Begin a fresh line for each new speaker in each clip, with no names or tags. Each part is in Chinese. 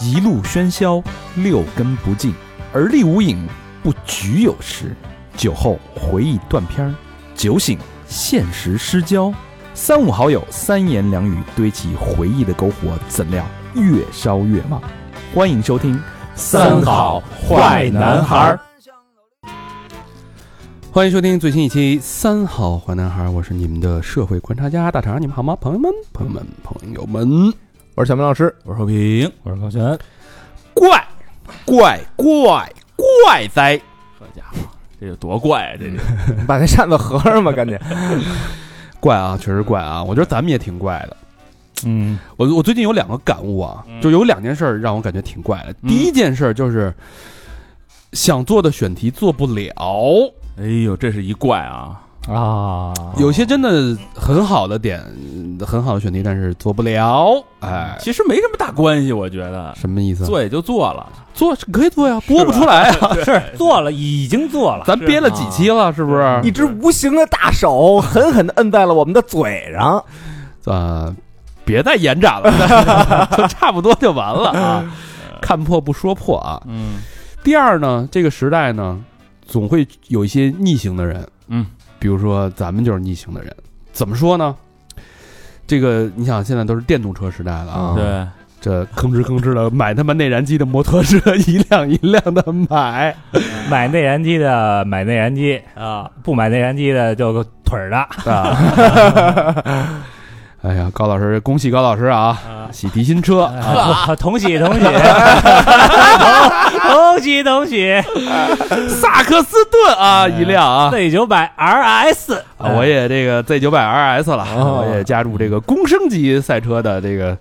一路喧嚣，六根不净，而立无影，不局有时。酒后回忆断片儿，酒醒现实失焦。三五好友，三言两语堆起回忆的篝火，怎料越烧越旺。欢迎收听《
。欢迎收听最新一期《三好坏男孩》，我是你们的社会观察家大肠，你们好吗？朋友们，朋友们，朋友们，
我是小明老师，
我是和平，
我是高璇，
怪怪怪怪哉！好家伙，这有多怪啊！这是
把那扇子合上吧，赶 紧。
怪啊，确实怪啊！我觉得咱们也挺怪的。
嗯，
我我最近有两个感悟啊，
嗯
就有两件事儿让我感觉挺怪的。
嗯
第一件事儿就是想做的选题做不了，
哎呦，这是一怪啊！
啊，
有些真的很好的点，很好的选题，但是做不了。哎，
其实没什么大关系，我觉得
什么意思啊？
做也就做了，
做是可以做呀，播不
吧
出来啊，
是做了，已经做了，
咱憋了几期了，是不是？
一只无形的大手狠狠的摁在了我们的嘴上，
呃，别再延展了， 就差不多就完了啊。看破不说破啊。
嗯
第二呢，这个时代呢，总会有一些逆行的人，
嗯，
比如说咱们就是逆行的人。怎么说呢？这个你想，现在都是电动车时代了啊，
嗯
对，
这吭哧吭哧的买他妈内燃机的摩托车， 一辆一辆的买，
买内燃机的买内燃机啊，不买内燃机的就腿儿 的，
啊！哎呀，高老师，恭喜高老师啊，喜提新车，
啊同喜同 喜，同喜同喜，
萨克斯顿啊，
哎
一辆啊，
Z 九百 RS，
啊，我也这个 Z 九百 RS 了，
哦
我也加入这个公升级赛车的这个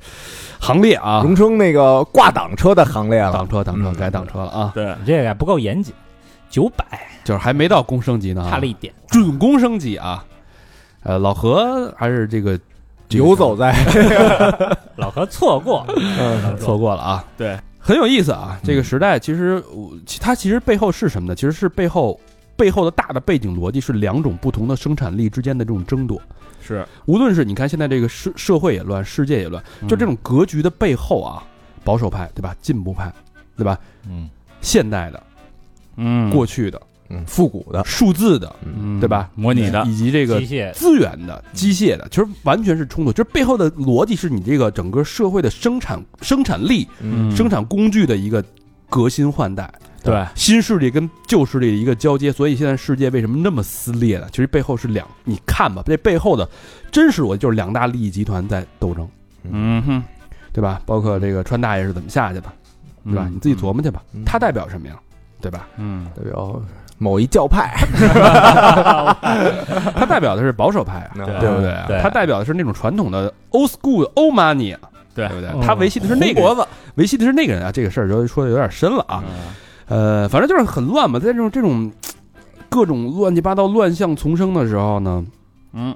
行列啊，
荣升那个挂挡车的行列了
挡。车挡车
嗯
改挡车了啊，
对，
你这个不够严谨，九百
就是还没到公升级呢啊，
差了一点，
准公升级啊，呃，老何还是这个
游走，在，
老何错过，
这个错过了啊，
对，
很有意思啊，
嗯
这个时代其实我其它其实背后是什么呢？其实是背后背后的大的背景逻辑是两种不同的生产力之间的这种争夺，
是
无论是你看现在这个社社会也乱，世界也乱，就这种格局的背后啊，保守派对吧？进步派对吧？
嗯，
现代的、
嗯
过去的、
嗯，复古的，
数字的，
嗯
对吧？
模拟的
以及这嗯个
机械
资源的、机械的，其实完全是冲突。就是背后的逻辑是你这个整个社会的生产生产力、
嗯
生产工具的一个革新换代。
对
新势力跟旧势力的一个交接，所以现在世界为什么那么撕裂呢？其实背后是两，你看吧，这背后的真实逻辑就是两大利益集团在斗争，
嗯哼，
对吧？包括这个川大爷是怎么下去的，对吧？
嗯
你自己琢磨去吧
嗯，
他代表什么呀？对吧？
嗯
代表某一教派，
他代表的是保守派啊，
对
对不对啊？
对
他代表的是那种传统的 old school old money，啊
对
对不
嗯
对？他维系的是那个人，维系的是那个人啊。这个事儿就说的有点深了啊。
嗯
呃，反正就是很乱嘛，在这种这种各种乱七八糟、乱象丛生的时候呢，
嗯，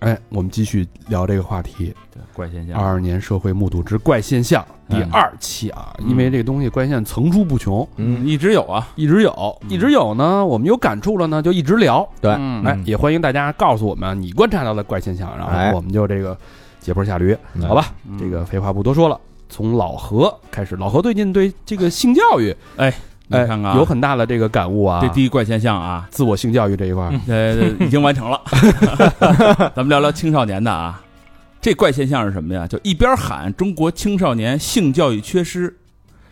哎，我们继续聊这个话题，
对，怪现象
二二年社会目睹之怪现象第二期啊，
哎嗯
因为这个东西怪现象层出不穷，
嗯，
一直有啊，
一直有，
嗯
一直有呢，我们有感触了呢，就一直聊。
对
嗯
哎，也欢迎大家告诉我们你观察到的怪现象，啊然
哎
后我们就这个解剖下驴，
嗯
好吧？
嗯
这个废话不多说了，从老何开始，老何最近对这个性教育，
你
哎，
看看啊
有很大的这个感悟啊，
这第一怪现 象啊，
自我性教育这一块儿，
呃，已经完成了。 咱们聊聊青少年的啊，这怪现象是什么呀？就一边喊中国青少年性教育缺失，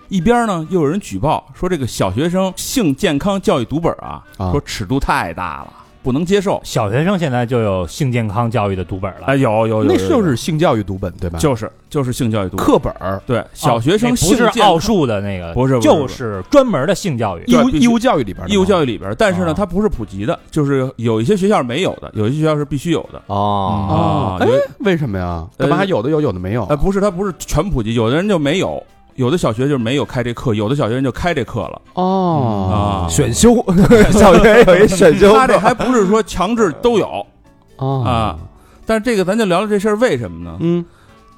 一边呢又有人举报说这个小学生性健康教育读本啊，
啊
说尺度太大了，不能接受。
小学生现在就有性健康教育的读本了，
啊，有有有，
那就是性教育读本对吧？
就是就是性教育读本，
课本儿。
对小学
那
生
哎哦不
性
是
健
奥数的那个，
不是不是
就
不是
是专门的性教育。
义务
必须
义务教育里边儿的吗，
义务教育里边，但是呢，
啊
它不是普及的，就是有一些学校是没有的，有一些学校是必须有的。
哦，
哦
啊，
哎
有
为什么呀？干嘛
呃
有的有，有的没有？
呃，不是，它不是全普及，有的人就没有，有的小学就没有开这课，有的小学生就开这课了
哦
啊。
选修， 小学有一选 修
他这
课，
还不是说强制都有，
啊
啊但是这个咱就聊聊这事儿为什么呢？
嗯，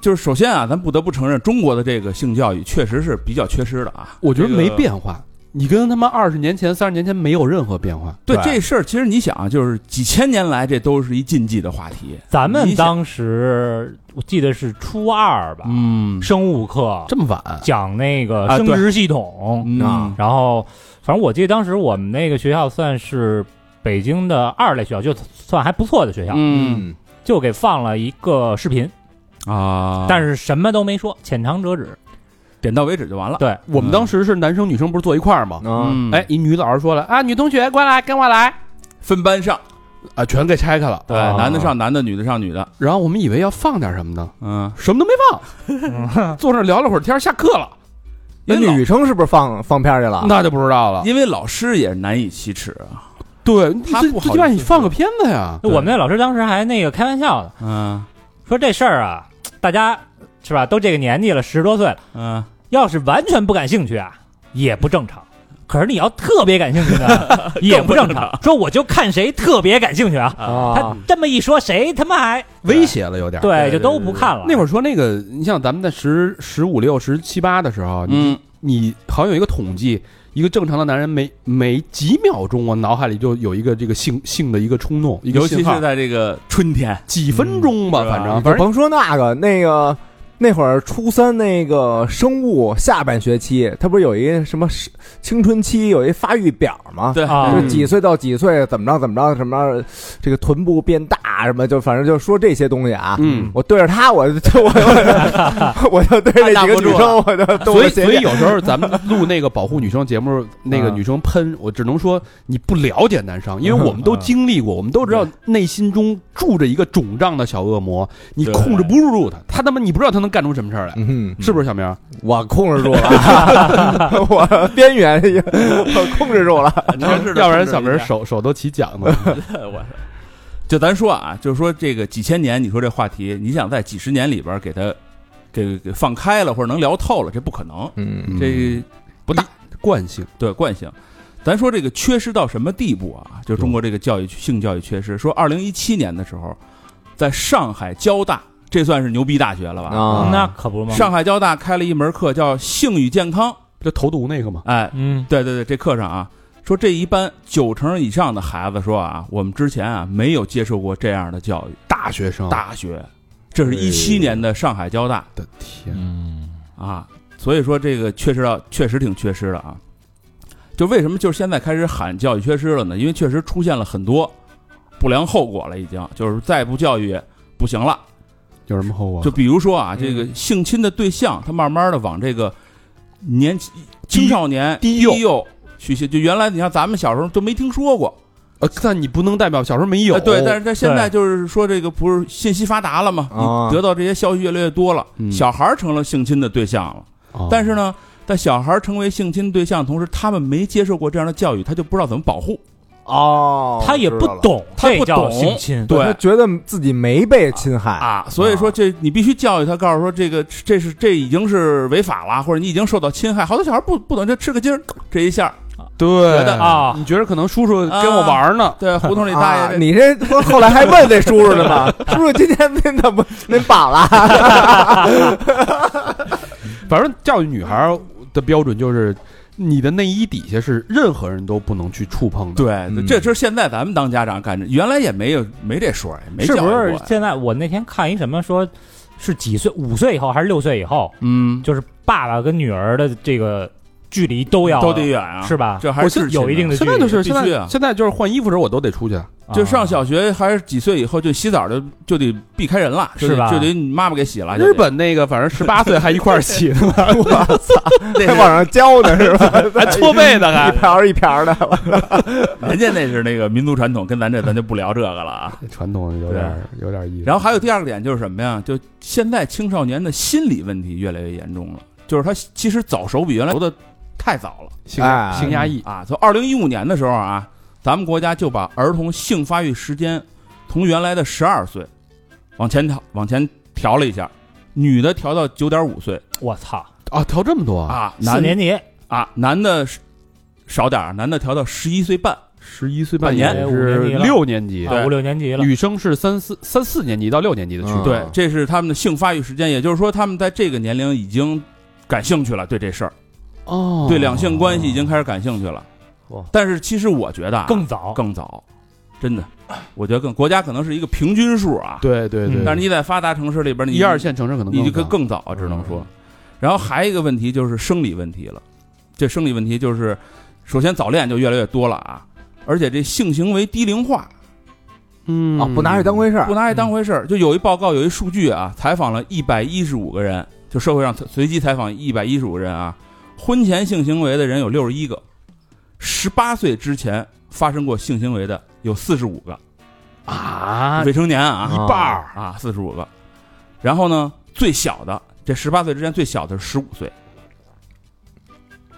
就是首先啊，咱不得不承认，中国的这个性教育确实是比较缺失的啊。
我觉得
这个
没变化，你跟他妈二十年前、三十年前没有任何变化。
对
对
这事儿，其实你想啊，就是几千年来这都是一禁忌的话题。
咱
你
们
想
当时我记得是初二吧，
嗯，
生物课
这么晚，
讲那个
啊
生
对
殖系统，啊
嗯
然后反正我记得当时我们那个学校算是北京的二类学校，就算还不错的学校，
嗯，
就给放了一个视频，
啊，
但
是
是什么都没说，浅尝辄止。
点到为止就完了。
对，
我们当时是男生女生不是坐一块儿吗？
嗯，
哎，，一女老师说了啊，女同学过来跟我来
分班上，
啊，全给拆开了。
对，
啊
男的上男的，女的上女的，
然后我们以为要放点什么呢，
嗯，
什么都没 放，坐那儿聊了会儿天儿，下课了，
那
因为老
女生是不是放放片儿去
啊
了？
那就不知道了。
因为老师也难以启齿啊，
对，
他
最
不好
最起码
意思
你放个片子呀，
我们那老师当时还那个开玩笑呢，
嗯
说这事儿啊，大家是吧，都这个年纪了，十多岁了，
嗯，
要是完全不感兴趣啊，也不正常。可是你要特别感兴趣呢，也不正常。说我就看谁特别感兴趣啊，他
啊，
这么一说，谁他妈还
威胁了有点。
对，就都不看了。
那会
儿
儿说那个，你像咱们在十十五六、十七八的时候，你
嗯，
你好像有一个统计，一个正常的男人每每几秒钟，我脑海里就有一个这个性性的一个冲动，一个
尤其
信号啊
是在这个春天，
几分钟吧，
嗯
反
是
正
吧
反正
甭说那个那个。那会儿初三那个生物下半学期，它不是有一什么是青春期有一发育表吗？
对，
啊
就是几岁到几岁怎么着怎么着什么着，这个臀部变大什么，就反正就说这些东西啊。
嗯，
我对着他，我 就我我我就对着那几个女生，我就动
所
了
以
邪
所以
念。
有时候咱们录那个保护女生节目，那个
嗯
女生喷，我只能说你不了解男生，因为我们都
嗯
经历过，我们都知道内心中住着一个肿胀的小恶魔，你
对
控制不住他，他他妈你不知道他能干出什么事儿来，
嗯，
是不是小明？
我控制住了， 我边缘已经我控制住了。
真嗯是
嗯
的
要不然
控制
小
一下
明手手都起茧子。
我就咱说啊，就是说这个几千年，你说这话题，你想在几十年里边给它给给放开了，或者能聊透了，这不可能，
嗯
这
不大惯性，
对惯性。咱说这个缺失到什么地步啊？就中国这个教育性教育缺失，说二零一七年的时候，在上海交大，这算是牛逼大学了吧？
啊，
那可不嘛，
上海交大开了一门课叫性与健康，
就投毒那个嘛。
哎，
嗯
对对对，这课上啊，说这一班九成以上的孩子说啊，我们之前啊没有接受过这样的教育。
大学生，
大学，这是一七年的上海交大
的天，
嗯
啊，所以说这个缺失到确实挺缺失的啊。就为什么就是现在开始喊教育缺失了呢？因为确实出现了很多不良后果了，已经就是再不教育不行了。
有什么后果？
就比如说
嗯
啊，这个性侵的对象，他慢慢的往这个年轻青少年
低幼
幼去性，就原来你像咱们小时候都没听说过，
呃，但你不能代表小时候没有。
哎对，但是他现
对
在就是说这个不是信息发达了嘛，
啊
你得到这些消息越来越多了，
嗯
小孩儿成了性侵的对象了。
哦
但是呢，在小孩儿成为性侵对象的同时，他们没接受过这样的教育，他就不知道怎么保护。
哦，
他也
我
不
知道了，
懂，
他不
这叫
懂
性侵，
对
他觉得自己没被侵害。
啊，所以说这你必须教育他，告诉说这个这是这已经是违法了，或者你已经受到侵害。好多小孩儿不不懂，就吃个鸡儿，这一下，
对
得啊
啊
你觉得可能叔叔跟我玩呢？
对胡同里大
啊
爷，这
你这不后来还问那叔叔呢 吗？叔叔今天您怎么您饱了？
反正教育女孩的标准就是，你的内衣底下是任何人都不能去触碰的。
对，
嗯
这就是现在咱们当家长干的，原来也没有没这说，也没
是
教育
不是
过呀？
现在我那天看一什么说，是几岁？五岁以后还是六岁以后？
嗯，
就是爸爸跟女儿的这个距离都要
都得远啊，
是吧？
这还
我
是
现
有一定
的。
的距
现
离，
在就是
必须
现
啊
在，现在就是换衣服的时候我都得出去。
就上
啊
小学还是几岁以后，就洗澡就就得避开人了，就得
是吧
就得你妈妈给洗了。就得
日本那个反正十八岁还一块儿 洗呢，
那
还往
是
上浇呢是 吧？
还搓背呢，还
一瓢一瓢的，
人家那是那个民族传统，跟咱这咱就不聊这个 了啊。
传统有点有点意思。
然后还有第二个点就是什么呀？就现在青少年的心理问题越来越严重了，就是他其实早熟比原来熟的太早了
性
哎
性压抑，
啊。从二零一五年的时候啊，咱们国家就把儿童性发育时间从原来的十二岁往前调往前调了一下，女的调到九点五岁
我操，
啊，调这么多，
啊，
四
男的
年级
啊，男的是少点儿，男的调到十一岁半。
十一岁半
半
也
年
是六年级，
啊，五六年级了，
女生是三四三四年级到六年级的区别。
对
嗯，
这是他们的性发育时间，也就是说，他们在这个年龄已经感兴趣了，对这事儿
哦
对两性关系已经开始感兴趣了
哇。
但是其实我觉得啊，
更早，
更早，真的，我觉得更国家可能是一个平均数啊。
对对对，
嗯
但是你在发达城市里边，你
一二线城市可能
你就
更
更
早嗯
更早，啊只能说。然后还有一个问题就是生理问题了，这生理问题就是，首先早恋就越来越多了啊，而且这性行为低龄化，
嗯
啊，不拿这当回事儿
不，拿这当回事儿。就有一报告，有一数据啊，采访了一百一十五个人，就社会上随机采访一百一十五人啊，婚前性行为的人有六十一个，十八岁之前发生过性行为的有四十五个，
啊，
未成年啊，
一
半儿
啊，四十五个。然后呢，最小的这十八岁之前最小的是十五岁，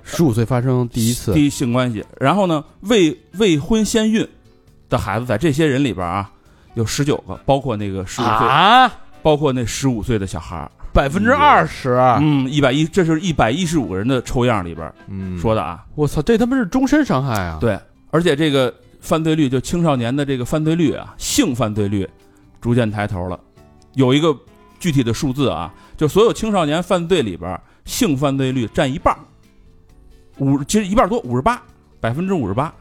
十五岁发生第一次，
第一性关系。然后呢，未未婚先孕的孩子，在这些人里边啊，有十九个，包括那个十五岁，
啊，
包括那十五岁的小孩儿。
百分之二十，
嗯，一百一，这是一百一十五个人的抽样里边儿
嗯，
说的啊。
我操，这他妈是终身伤害啊！
对，而且这个犯罪率，就青少年的这个犯罪率啊，性犯罪率逐渐抬头了。有一个具体的数字啊，就所有青少年犯罪里边儿，性犯罪率占一半儿，五其实一半儿多，五十八，百分之五十八。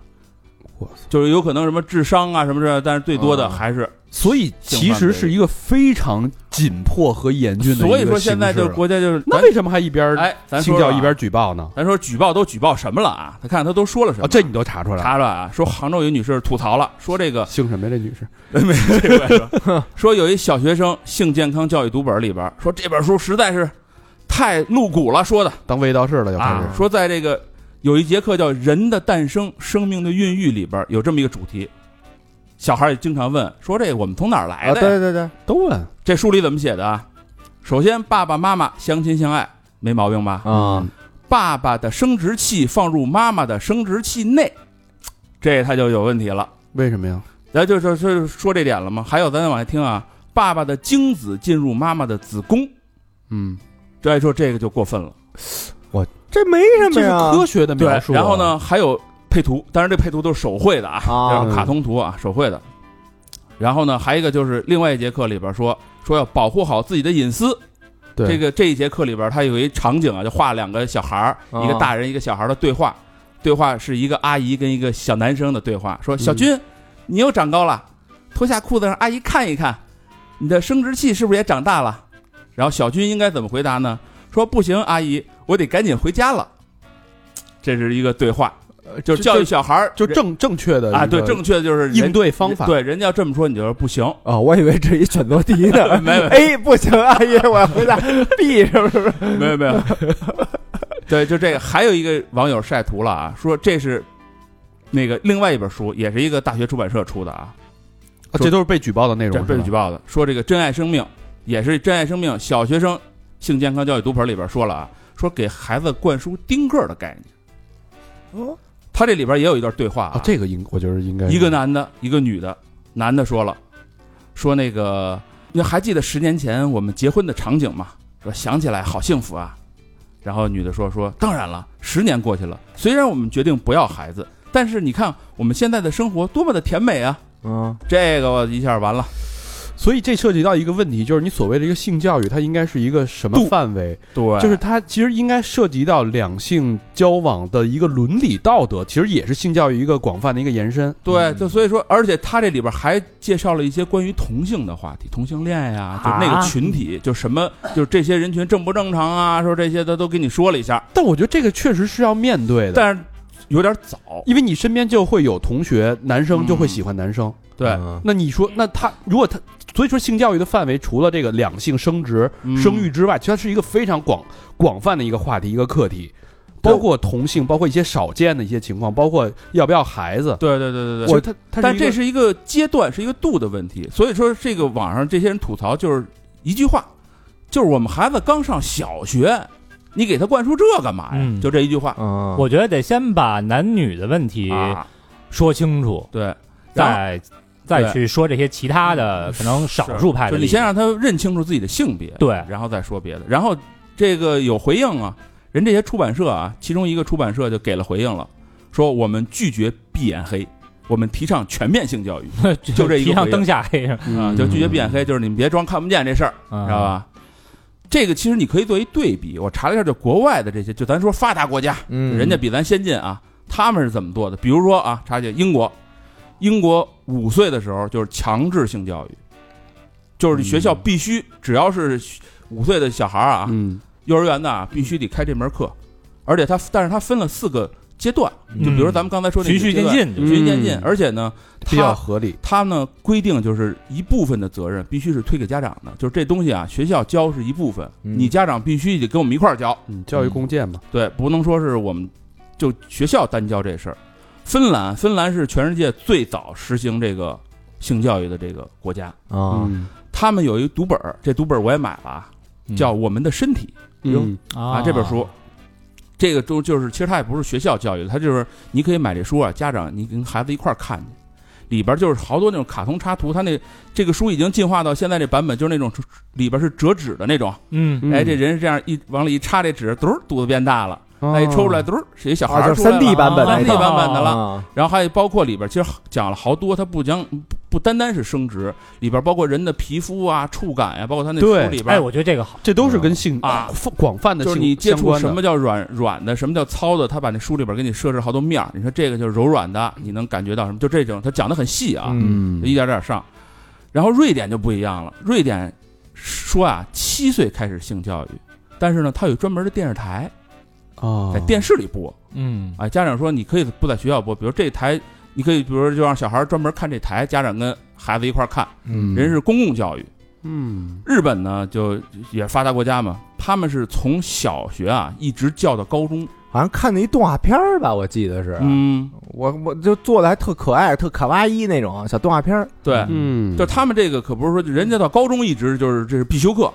我操，
就是有可能什么智商啊什么这，但是最多的还是，
所以其实是一个非常紧迫和严峻的一个形
所
势了。
以说现在就国家就是
那
咱
为什么还一边
哎，咱
清
说
教
说啊
一边举报呢？
咱说举报都举报什么了啊？他看他都说了什么
啊，这你都查出来了？
查出来啊，说杭州有女士吐槽了，说这 个
姓什么呀？这女士？
说有一小学生性健康教育读本里边说这本书实在是太露骨了，说的
当卫道士了又开
啊
始，
说在这个有一节课叫《人的诞生：生命的孕育》里边有这么一个主题，小孩也经常问说这我们从哪儿来
啊，
的呀？
对对对，
都问
这书里怎么写的啊？首先，爸爸妈妈相亲相爱，没毛病吧？
啊，
爸爸的生殖器放入妈妈的生殖器内，这他就有问题了。
为什么呀？
然后就是说说这点了吗？还有，咱再往下听啊，爸爸的精子进入妈妈的子宫，
嗯，
这说这个就过分了。
这啊没什么
这是
呀，
科学的描述。啊
然后？呢，还有配图，当然这配图都是手绘的啊，
啊
这是卡通图啊，手绘的。然后呢，还有一个就是另外一节课里边说说要保护好自己的隐私。
对
这个这一节课里边，它有一场景啊，就画两个小孩儿，
啊
哦
一个大人一个小孩儿的对话，对话是一个阿姨跟一个小男生的对话，
嗯
说小军，你又长高了，脱下裤子让阿姨看一看，你的生殖器是不是也长大了？然后小军应该怎么回答呢？说不行，阿姨，我得赶紧回家了。这是一个对话，就是教育小孩儿
就正正确的
啊，
一个
对，正确的就是人
应对方法。
对，人家要这么说，你就说不行，
啊，我以为这一选择题 呢
没有
，A 不行，阿姨，我要回答 B 是不是？
没有没有。对，就这个，还有一个网友晒图了啊，说这是那个另外一本书，也是一个大学出版社出的啊，
啊这都是被举报的内
这
容。
被
是吧
举报的，说这个《珍爱生命》也是《珍爱生命》小学生性健康教育读本里边说了啊，说给孩子灌输丁克的概念。
哦，
他这里边也有一段对话啊
啊，这个应我觉得应该
一个男的，一个女的。男的说了，说那个，你还记得十年前我们结婚的场景吗？说想起来好幸福啊。然后女的说说，当然了，十年过去了，虽然我们决定不要孩子，但是你看我们现在的生活多么的甜美啊！
嗯，
这个我一下完了，
所以这涉及到一个问题，就是你所谓的一个性教育，它应该是一个什么
度
范围？
对
就是它其实应该涉及到两性交往的一个伦理道德，其实也是性教育一个广泛的一个延伸。
对，就所以说，而且他这里边还介绍了一些关于同性的话题，同性恋呀、就那个
啊
群体，就什么，就是这些人群正不正常啊，说这些他都跟你说了一下，
但我觉得这个确实是要面对的，
但是有点早，
因为你身边就会有同学，男生就会喜欢男生。嗯
对，
那你说，那他如果他，所以说性教育的范围除了这个两性生殖、
嗯
生育之外，其实它是一个非常广广泛的一个话题、一个课题，包括同性，包括一些少见的一些情况，包括要不要孩子。
对对对对对，
我他，它
但
一个
这是一个阶段，是一个度的问题。所以说，这个网上这些人吐槽就是一句话，就是我们孩子刚上小学，你给他灌输这干嘛呀？
嗯
就这一句话
嗯，
我觉得得先把男女的问题
啊，
说清楚，
对，然后
再再
对嗯
去说这些其他的可能少数派
就
的
你
例子。
先让他认清楚自己的性别，
对
然后再说别的。然后这个有回应啊，人这些出版社啊，其中一个出版社就给了回应了，说我们拒绝闭眼黑，我们提倡全面性教育就这一个
提上
回应
灯下黑，
嗯啊，就拒绝闭眼黑，就是你们别装看不见这事儿，
嗯
知道吧？这个其实你可以做一对比，我查了一下，就国外的这些，就咱说发达国家，
嗯，
人家比咱先进啊，他们是怎么做的？比如说啊，查去英国，英国五岁的时候就是强制性教育，就是学校必须，只要是五岁的小孩儿啊，
嗯
幼儿园的啊必须得开这门课，而且他但是他分了四个阶段，就
嗯
比如说咱们刚才说那
循
个
序
阶
渐
段，
进的，
循序渐进
嗯，
而且呢，
比较
他
合理。
他呢规定就是一部分的责任必须是推给家长的，就是这东西啊，学校教是一部分，
嗯
你家长必须得跟我们一块儿教，
嗯，教育共建嘛，
对，不能说是我们就学校单教这事儿。芬兰，芬兰是全世界最早实行这个性教育的这个国家，
啊，
嗯
他们有一读本儿，这读本儿我也买了啊，
嗯
叫《我们的身体》
嗯
啊
啊
这本书。这个都就是，其实它也不是学校教育的，它就是你可以买这书啊，家长你跟孩子一块儿看去，里边就是好多那种卡通插图，它那这个书已经进化到现在这版本，就是那种里边是折纸的那种，
嗯，
嗯
哎，这人是这样一往里一插这纸，嘟儿肚子变大了，
哦
哎，抽出来嘟儿是一小孩
啊，
儿
就
出来了
三 D 版本
啊
那
三 D
种
版本的了。
啊
然后还有包括里边，其实讲了好多，它不讲不单单是生殖，里边包括人的皮肤啊、触感呀、包括它那
对
书里边，
哎，我觉得这个好，
这都是跟性
啊
广广泛的
就是
性
你接
相
触
关
什
的
么叫软软的，什么叫糙的，它把那书里边给你设置好多面儿。你说这个就是柔软的，你能感觉到什么？就这种，它讲的很细啊，
嗯
就一点点上。然后瑞典就不一样了，瑞典说啊，七岁开始性教育，但是呢，它有专门的电视台
啊
在电视里播。
嗯
啊，家长说你可以不在学校播，比如这台，你可以比如说就让小孩专门看这台，家长跟孩子一块儿看，
嗯
人是公共教育。
嗯
日本呢，就也是发达国家嘛，他们是从小学啊一直教到高中，
好像看的一动画片儿吧，我记得是，
啊
嗯，
我我就做的还特可爱、特卡哇伊那种小动画片儿，
对，
嗯，
就他们这个可不是说人家到高中一直就是这是必修课，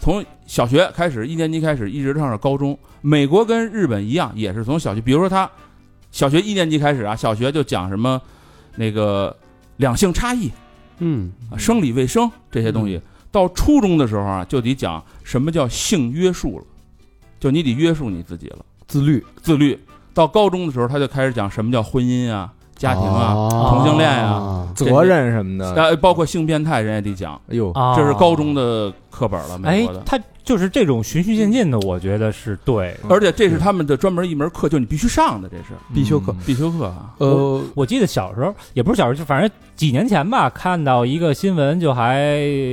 从小学开始一年级开始一直上到高中。美国跟日本一样，也是从小学，比如说他小学一年级开始啊，小学就讲什么那个两性差异，
嗯
啊生理卫生这些东西。到初中的时候啊，就得讲什么叫性约束了，就你得约束你自己了，
自律
自律。到高中的时候，他就开始讲什么叫婚姻啊、家庭
哦
啊，同性恋啊
啊，
这些
责，任什么的，
呃，包括性变态，人也得讲。
哎呦，
啊，
这是高中的课本了，美
哎
国的，。
他就是这种循序渐进的，我觉得是对。
而且这是他们的专门一门课，就你必须上的，这是
必修课
嗯
必修课啊。
呃
我记得小时候也不是小时候，就反正几年前吧，看到一个新闻，就还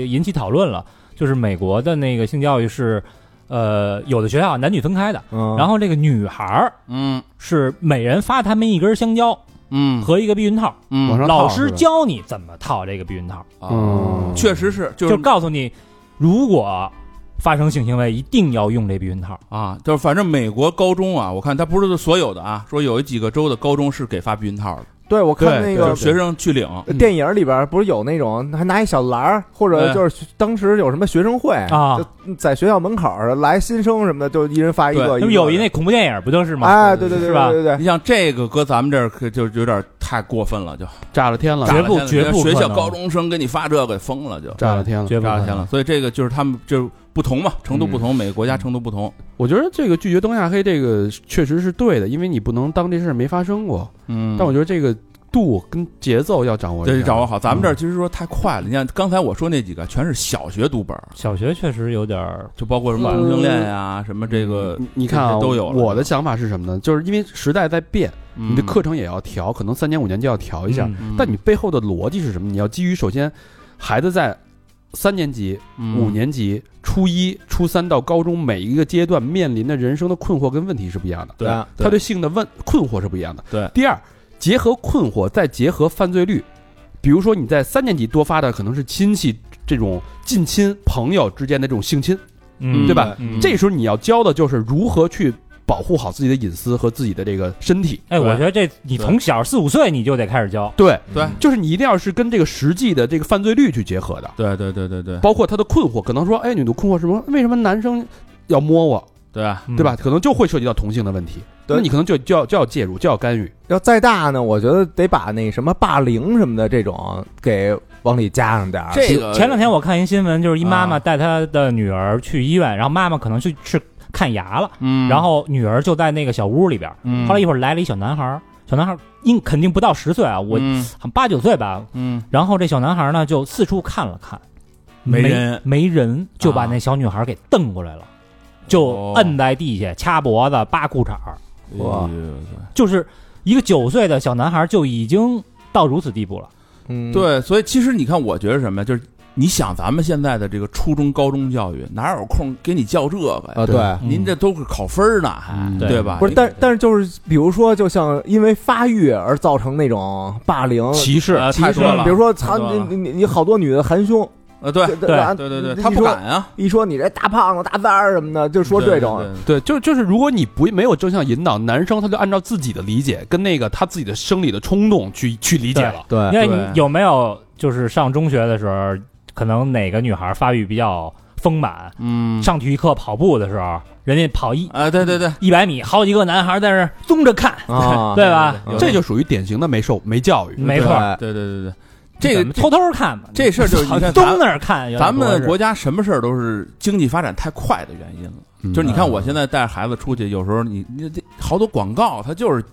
引起讨论了，就是美国的那个性教育是，呃，有的学校男女分开的，
嗯
然后这个女孩儿
嗯
是每人发他们一根香蕉
嗯
和一个避孕套，
往
嗯，哦
上
老
套
师
是吧
教你怎么套这个避孕套，
嗯
确实是，就
就是告诉你，如果发生性行为一定要用这避孕套。
啊，就是反正美国高中啊，我看他不是所有的啊，说有几个州的高中是给发避孕套的，
对我看
对
那
就
个
是学生去领。
嗯
电影里边不是有那种还拿一小篮儿，或者就是当时有什么学生会
哎啊，
就嗯在学校门口儿来新生什么的，就一人发一个，
哎对
那不
个
有一那恐怖电影不就是吗？
哎，对对对
是吧
对对对，
你像这个搁咱们这儿可就有点太过分了，就
炸了天了，
炸
绝
了
不
天了
绝不
学
可
校
能哎
高中生给你发这个疯了就
炸了天了。
绝不
炸了
可
天
能
了，所以这个就是他们就是不同嘛，程度不同，每个国家程度不同。
我觉得这个拒绝灯下黑这个确实是对的，因为你不能当这事儿没发生过。
嗯
但我觉得这个度跟节奏要掌握一下，
对，掌握好。咱们这儿其实说太快了，你看刚才我说那几个全是小学读本儿，
小学确实有点儿
就包括什么
嗯
同性恋呀，什么这个
你你看啊，
这些都有了
我的想法是什么呢？就是因为时代在变，
你
嗯你的课程也要调，可能三年五年就要调一下。
嗯
但你背后的逻辑是什么？你要基于首先孩子在三年级、
嗯
嗯
五年级、初一、初三到高中每一个阶段面临的人生的困惑跟问题是不一样的，
对
啊
他对性的问困惑是不一样的。
对
第二，结合困惑，再结合犯罪率，比如说你在三年级多发的可能是亲戚这种近亲朋友之间的这种性侵，
嗯
对吧？
嗯
这时候你要教的就是如何去保护好自己的隐私和自己的这个身体。
哎，
对
我觉得这你
对
从小四五岁你就得开始教，
对，
对
就是你一定要是跟这个实际的这个犯罪率去结合的，
对对对对对
包括他的困惑，可能说，哎，你的困惑是什么？为什么男生要摸我，
对啊，
嗯
对吧？？可能就会涉及到同性的问题，
对
那你可能就就要就要介入，就要干预。
要再大呢，我觉得得把那什么霸凌什么的这种给往里加上点儿，
这个
前两天我看一新闻，就是一妈妈
啊
带她的女儿去医院，然后妈妈可能去去看牙了，
嗯，
然后女儿就在那个小屋里边儿，
嗯
后来一会儿来了一小男孩儿，小男孩儿应肯定不到十岁啊，我
嗯
八九岁吧，
嗯
然后这小男孩儿呢就四处看了看，
没
没
人
没人就把
啊
那小女孩给蹬过来了，就
哦
摁在地下，掐脖子，扒裤衩儿，
哇
哎呦
就是一个九岁的小男孩就已经到如此地步了。
嗯，
对，所以其实你看，我觉得什么呀，就是你想咱们现在的这个初中、高中教育，哪有空给你教这个呀？
啊，对，
您
嗯
这都是考分儿呢，还、
嗯
对吧？
不是，但但是就是比如说，就像因为发育而造成那种霸凌。
歧视
呃
歧
太
视
多了
比如说，
太
操
多
你
了
你你你好多女的含胸，
呃，对
对
对对对，他不。敢啊，
一说你这大胖子、大三儿什么的，就说
对
这
对
种，
对
对，就就是如果你不没有正向引导，男生他就按照自己的理解跟那个他自己的生理的冲动去去理解了。
因
对
为
对
你有没有就是上中学的时候，可能哪个女孩发育比较丰满，
嗯，
上体育课跑步的时候，人家跑一
啊，对对对，
一百米，好几个男孩在那儿盯着看，
啊，
对吧？
嗯
这就属于典型的没受没教育。
没错，
对
对对对对，
怎
这
么
个
偷偷看嘛。
这事儿就是你看
东
咱
那儿看，
咱们
国
国家什么事儿都是经济发展太快的原因了。
嗯
就是你看，我现在带孩子出去，有时候你你这好多广告，它就是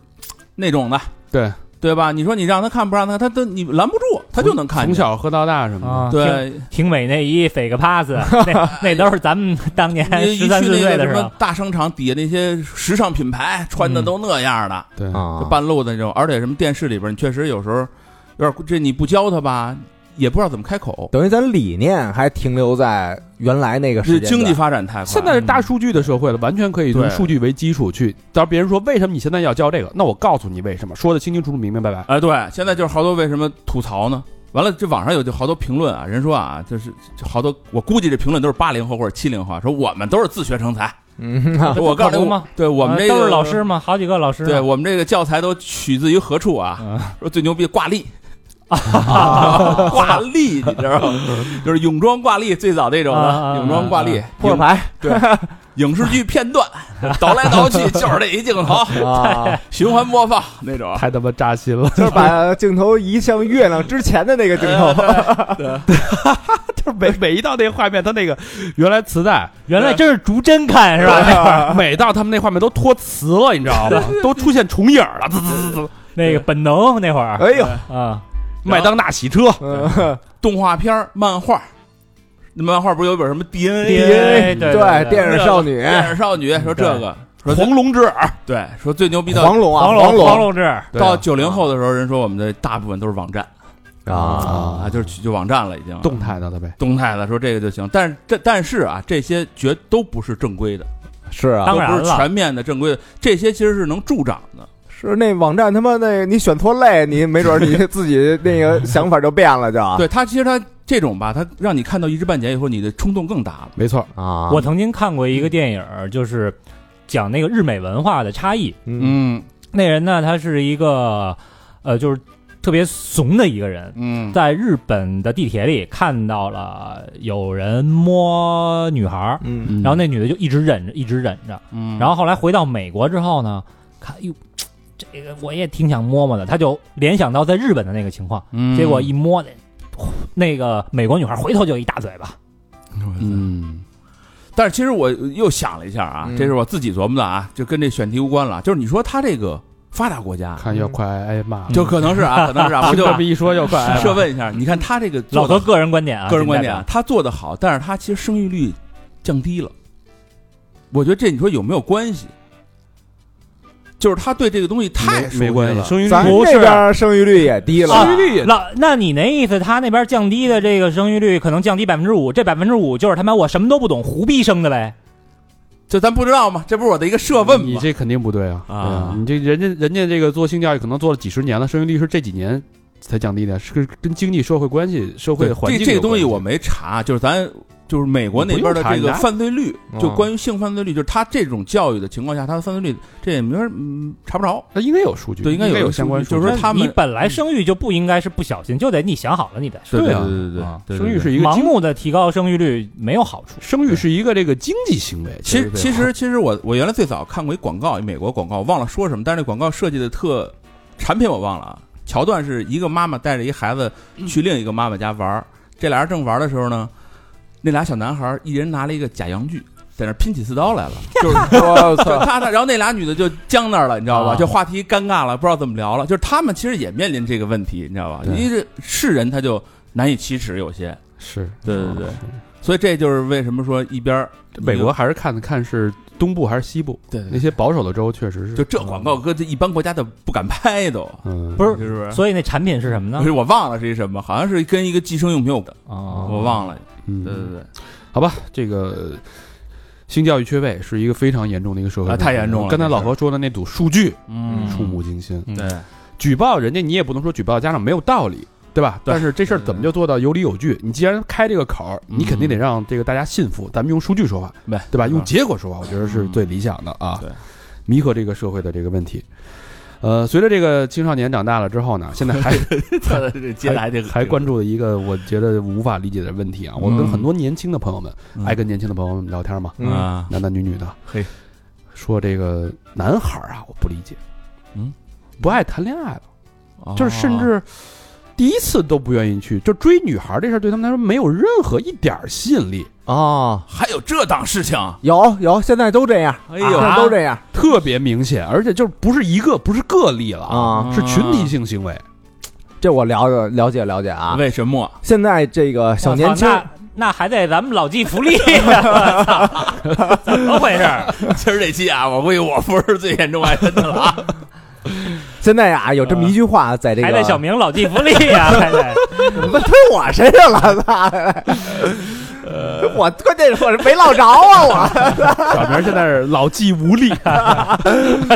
那种的，
对
对吧？你说你让他看不让他看，他都你拦不住，他就能看
从
见。
小喝到大什么
啊，
对，
挺，挺美内衣、fake pass，那 那都是咱们当年
你
哎十
一去
三四
那
岁
个
的
什
时
么
候，
大商场底下那些时尚品牌穿的
嗯
都那样的，
的，对，
啊
就，半路的那种，而且什么电视里边，你确实有时候有点这你不教他吧，也不知道怎么开口。
等于咱理念还停留在原来那个
这
时间
经济
段
发展太快，
现在是大数据的社会了，完全可以用
对
数据为基础去。当别人说为什么你现在要教这个，那我告诉你为什么，说的清清楚楚、明明白白。
哎，对，现在就是好多为什么吐槽呢？完了，这网上有就好多评论啊，人说啊，就是就好多，我估计这评论都是八零后或者七零后啊，说我们都是自学成才。
嗯哈
啊这
我告诉
不可
你
不吗，
对我们
啊
这个
都是老师，嘛，好几个老师嘛，
对我们这个教材都取自于何处啊？
嗯
说最牛逼的挂历。
啊
挂历，你知道吗？就是泳装挂历，最早那种
啊啊
的
啊
泳装挂历，
扑克
影
牌
影视剧片 段，倒来倒去就是那一镜头，
啊，
循环播放那种。
太他妈扎心了，
就是把镜头移向月亮之前的那个镜头，
就是每每一道那个画面，他那个原来磁 带
原来真是逐帧看是吧？
那会儿每到他们那画面都脱词了，你知道 吗？都出现重影 了，滋滋滋滋，
那个本能那会儿
哎呦，
啊，
麦当娜洗车，
嗯
动画片儿、漫画儿，那漫画儿不是有一本什么
DNA
DNA？
对对
电影少女，
哎电影少女说这个，说
黄龙之耳，
对，说最牛逼到
黄龙啊，
黄龙
龙
黄龙志，
到九零后的时候，人说我们的大部分都是网站
啊，
啊，就是去就网站了已经
动态的了呗。
动态的说这个就行，但是这但是啊，这些绝都不是正规的，
是啊，
当然
都不是
了
全面的正规的，这些其实是能助长的。
是那网站他妈那你选错类，你没准你 自己那个想法就变了就
对它其实它这种吧，它让你看到一知半解以后，你的冲动更大了。
没错，
啊，
我曾经看过一个电影，就是讲那个日美文化的差异。
嗯
嗯
那人呢，他是一个呃，就是特别怂的一个人，
嗯
在日本的地铁里看到了有人摸女孩儿，
嗯
然后那女的就一直忍着，一直忍着。
嗯
然后后来回到美国之后呢，看哟，这个我也挺想摸摸的，他就联想到在日本的那个情况，
嗯
结果一摸那。那个美国女孩回头就一大嘴巴，
哦
嗯，
但是其实我又想了一下啊
嗯，
这是我自己琢磨的啊，就跟这选题无关了。就是你说他这个发达国家，
看要快挨骂了，
就可能是啊，可能是啊，我
听
就
这么一说要快挨哎骂
设问一下，你看他这个
老
做
何
的
个人观点啊，
个人观点
现
啊，他做的好，但是他其实生育率降低了。我觉得这你说有没有关系？就是他对这个东西太熟悉
没没关系，
了
生育率
咱
不
这
是
边生育率也低了，
啊
生育率也
在的。老，那你那意思，他那边降低的这个生育率可能降低百分之五，这百分之五就是他妈我什么都不懂，胡逼生的呗？
就咱不知道嘛，这不是我的一个设问
你
吗？
这肯定不对啊！
啊
对你这人家人家这个做性教育可能做了几十年了，生育率是这几年才降低的，是跟跟经济社会关系、社会
对
环境
这这个东西
有关系
我没查，就是咱就是美国那边
你不
的
用查
这
你
个
拿
犯罪率，
嗯
就关于性犯罪率，就是他这种教育的情况下，他的犯罪率这也没法嗯查不着。
那应该有数据，
对应该有
有
数据
相关数据，
就是说他们
你本来生育就不应该是不小心，就得你想好了你再生。
对啊
对对
啊
对，
生育是一个
盲
经
目的提高生育率没有好处。
生育是一个这个经济行为，
其实，其
实
实，其实我我原来最早看过一广告，美国广告，忘了说什么，但是那广告设计的特，产品我忘了啊。桥段是一个妈妈带着一孩子
嗯
去另一个妈妈家玩儿，这俩人正玩儿的时候呢，那俩小男孩儿一人拿了一个假洋具，在那儿拼起刺刀来了，就是
我
就
操，
他那，然后那俩女的就僵那儿了，你知道吧？
啊
就话题尴尬了，不知道怎么聊了。就是他们其实也面临这个问题，你知道吧？
对
因为是是人他就难以启齿，有些
是，
对对对，所以这就是为什么说一边儿
哦美国还是看看是东部还是西部，
对
那些保守的州确实是，
就这广告歌，这一般国家都不敢 拍都，
嗯，
不是
是哎不是？
所以那产品是什么
啊
呢
不是？我忘了是一什么，好像是跟一个计生用品有关，
哦，
我忘了。
嗯，
对对对，
好吧，这个性教育缺位是一个非常严重的一个社会
啊
问题
太严重了
刚才
这
老
是
何说的那组数据
嗯
触目惊心，
对，
举报人家你也不能说举报家长没有道理，对吧？
对
但是这事儿怎么就做到有理有据？你既然开这个口儿，你肯定得
嗯
让这个大家信服。咱们用数据说话，
对
对吧？
嗯
用结果说话，我觉得是最理想的啊。
对，
弥合这个社会的这个问题。呃，随着这个青少年长大了之后呢，现在 还
他的 这接的还挺
还关注一个我觉得无法理解的问题啊。我跟很多年轻的朋友们，
嗯
爱跟年轻的朋友们聊天嘛，
嗯
啊，
男男女女的，
嘿，
说这个男孩儿啊，我不理解，
嗯，
不爱谈恋爱了。
哦
嗯就是甚至第一次都不愿意去，就追女孩这事儿对他们来说没有任何一点儿吸引力，
哦，
还有这档事情，
啊
有有，现在都这样，
哎
现在都这样
特别明显，而且就是不是一个不是个例了啊，
啊。
是群体性行为。
这我了解了解了解啊。
为什么？
现在这个小年轻
我操那那还得咱们老骥伏枥呀！我操，怎么回事儿？
今儿这期啊，我估计我不是最严重爱喷的了啊。
现在啊，有这么一句话，在这个
还得小明老骥伏枥呀！还得
怎么推我身上了？操！我关键是我是没落着啊！我
小明现在是老骥无力，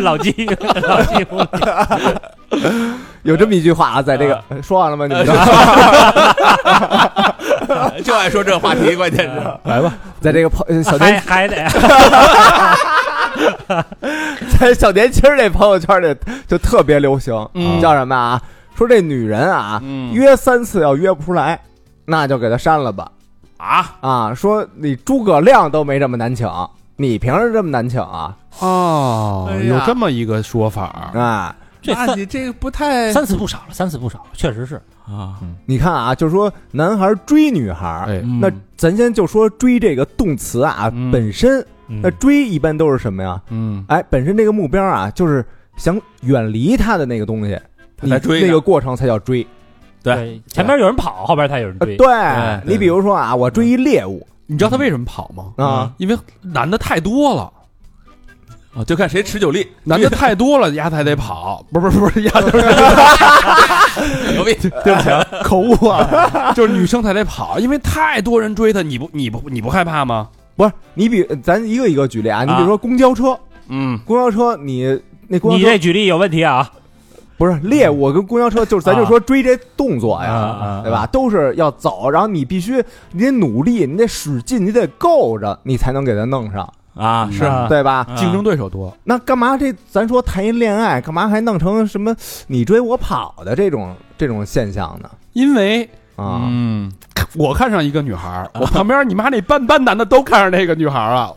老骥老骥伏枥，
有这么一句话啊，在这个说完了吗？你们
就爱说这话题，关键是
来吧，
在这个
哎
朋呃小
还
年
还得
在小年 轻儿这朋友圈里就特别流行，
嗯
叫什么啊？说这女人啊，约三次要约不出来，那就给她删了吧。
啊，
啊，说你诸葛亮都没这么难请，你凭什么这么难请啊？
哦
哎，呀
有这么一个说法，
啊，
这
那
三
你 这个不太
三次不少了，三次不少了，确实是。
啊，
你看啊，就是说男孩追女孩儿，
哎，
嗯
那咱先就说追这个动词啊，
嗯
本身
嗯
那追一般都是什么呀？
嗯，
哎，本身这个目标啊，就是想远离他的那个东西，
他在
你
追呢
那个过程才叫追。
对
对，前面有人跑，后边他有人
呃
追。
对你比如说啊，我追一猎物
你知道他为什么跑吗？
啊，
因为男的太多了。
啊就看谁持久力，
男的太多了，丫才得 跑，不是不是不是，丫头
牛逼，
对不起
嗯
啊，口误啊，就是女生才得跑，因为太多人追她，你不你不你不害怕吗？
不是你比咱一个一个举例啊，你比如说公交车，
嗯，
公交车你那公交
你
车
这举例有问题啊！
不是猎物，我跟公交车就是咱就说追这动作
啊
呀，嗯
啊啊
对吧？都是要走，然后你必须你得努力，你得使劲，你得够着，你才能给它弄上，
啊，是
啊
对吧？
啊
竞争对手多，
那干嘛这咱说谈一恋爱，干嘛还弄成什么你追我跑的这种这种现象呢？
因为
啊，
嗯，
我看上一个女孩儿，我旁边你妈那班班男的都看上那个女孩儿了，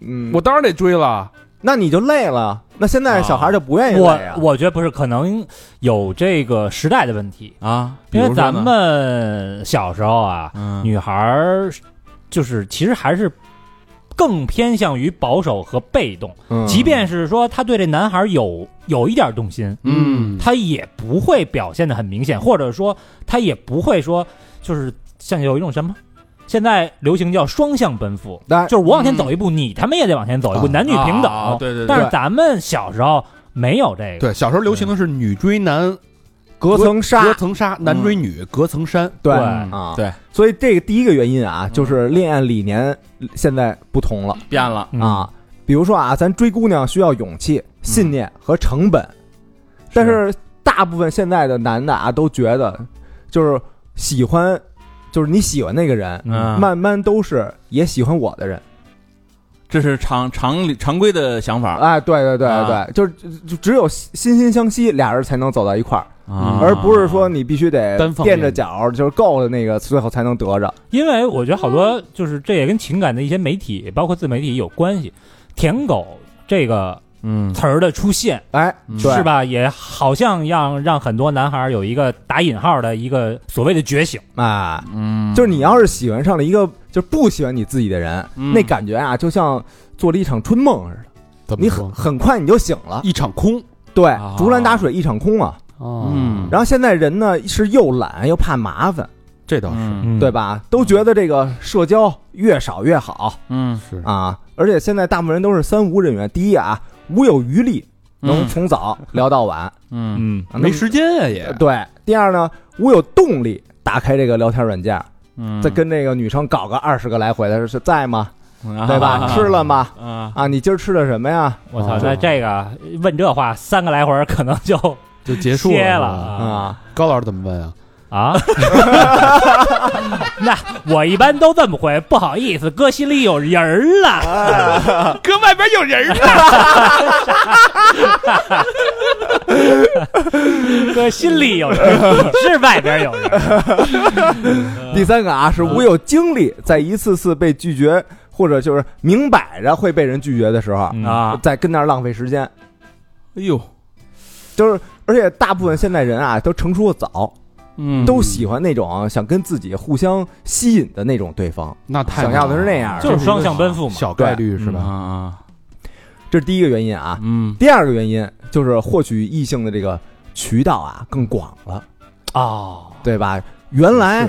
嗯，
我当然得追了。
那你就累了。那现在小孩就不愿意累
我
啊。
我觉得不是，可能有这个时代的问题，
啊，
因
比
为
如说
咱
呢
们小时候啊，
嗯
女孩儿就是其实还是更偏向于保守和被动，
嗯
即便是说她对这男孩儿有有一点动心，
嗯，
她也不会表现的很明显，或者说她也不会说就是像有一种什么。现在流行叫双向奔赴，
但
就是我往前走一步，你他妈也得往前走一步，
啊
男女平等。
啊对对对，
但是咱们小时候没有这个，
对，小时候流行的是女追男，
隔层纱，
隔层纱，男追女，隔层山。
对
对
啊，
对，
所以这个第一个原因啊，就是恋爱理念现在不同了。
变了，
嗯，
啊，比如说啊，咱追姑娘需要勇气、信念和成本，但是大部分现在的男的啊，都觉得就是喜欢，就是你喜欢那个人，
嗯
慢慢都是也喜欢我的人。
这是常常理常规的想法，
哎，对对对对，
啊
就是就只有心心相惜，俩人才能走到一块儿，嗯
啊
而不是说你必须得
单方面
垫着脚，就是够了那个，最后才能得着。
因为我觉得好多就是这也跟情感的一些媒体，包括自媒体有关系。舔狗这个
嗯
词儿的出现，
哎，
嗯
对
是？吧？也好像让让很多男孩儿有一个打引号的一个所谓的觉醒。
哎，
嗯，
就是你要是喜欢上了一个就是不喜欢你自己的人，
嗯
那感觉啊，就像做了一场春梦似的。
怎
你
么
很
说？
很快你就醒了，
一场空。
对
啊，
竹篮打水一场空啊。
哦
嗯
然后现在人呢是又懒又怕麻烦，
这倒是，
嗯
对吧？都觉得这个社交越少越好
嗯
是
啊，而且现在大部分人都是三无人员。第一啊，无有余力，能
嗯
从早聊到晚，
嗯
嗯
啊
没时间啊也
那么。对。第二呢，无有动力打开这个聊天软件，
嗯，
再跟这个女生搞个二十个来回的，是在吗？对吧？吃了吗？
啊，
啊，你今儿吃的什么呀？
我操，
啊
那这个问这话三个来回儿可能就
就结束
歇
是
了
吧
啊
啊，
高老师怎么问啊？
啊！ 那我一般都这么回，不好意思，哥心里有人儿了。
哥外边有人 呢，
哥心里有人儿，是外边有人 儿。
第三个啊是无有精力，在一次次被拒绝或者就是明摆着会被人拒绝的时候，
啊，
在跟那儿浪费时间，
哎呦，
就是而且大部分现代人啊都成熟的早，
嗯
都喜欢那种想跟自己互相吸引的那种对方，
那太
想要的是那样
就是双向奔赴嘛
小概率是嗯
啊
吧？
啊，
这是第一个原因啊。
嗯
第二个原因就是获取异性的这个渠道啊更广了，
哦，
对吧？原来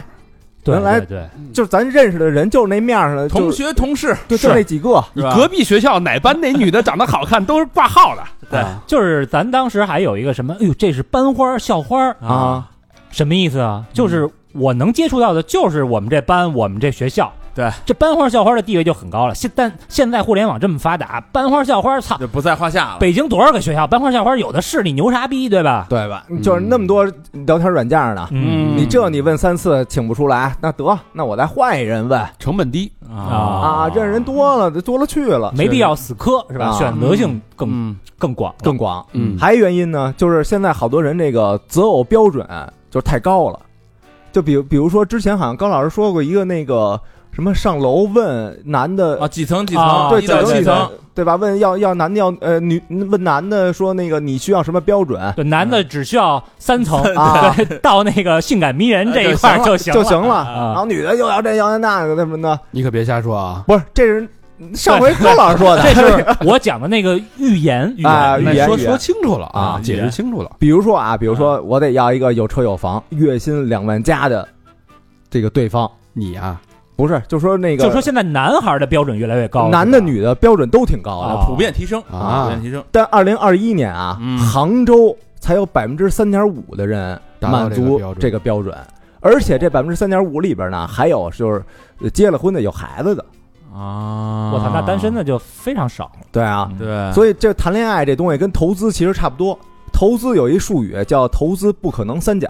对
原来
对对，
就是咱认识的人就是那面上的
同
就
学同事
就就那几个，
你隔壁学校哪班哪女的长得好看，都是挂号的。
对就是咱当时还有一个什么，哎呦，这是班花儿校花儿，
啊，
什么意思啊？就是我能接触到的，就是我们这班，我们这学校。
对，
这班花校花的地位就很高了。现但现在互联网这么发达，班花校花，操，
就不在话下了。
北京多少个学校班花校花有的是，你牛啥逼，对吧？
对吧？就是那么多聊天软件呢，
嗯
你这你问三次请不出来，那得那我再换一人问
成本低，
啊
啊，认识人多了，这多了去了，
没必要死磕，是吧？
嗯啊
选择性更
嗯
更广。
更广。
嗯
还有原因呢，就是现在好多人这个择偶标准就是太高了，就比如比如说之前好像高老师说过一个那个什么上楼问男的
啊，几层几
啊
层，
对，
一
几
到
层
几
几
层
层，对吧？问要要男的要呃女问男的说那个你需要什么标准
对，男的只需要三层，
啊
对 到那个性感迷人这一块儿就行
就行
了。
了，然
啊
后女的又要这要那个什么的，
你可别瞎说啊！
不是这是上回高老师说的，
这是我讲的那个预言，预
啊
言，
语言
说
语言
说清楚了
啊
解
语
释
言
清楚了。
比如说啊，比如说我得要一个有车有房、月薪两万加的这个对方，
你啊，
不是，就说那个，
就说现在男孩的标准越来越高，
男的
是吧
女的标准都挺高的。
啊
普遍提升
啊
普遍提升。
但二零二一年啊，
嗯
杭州才有百分之三点五的人
达到
满
这个
足
标准
这个标准，而且这百分之三点五里边呢，还有就是呃结了婚的、有孩子的。
啊
我操，那单身的就非常少了。
对啊，
嗯
对，
所以这谈恋爱这东西跟投资其实差不多。投资有一术语叫“投资不可能三角”，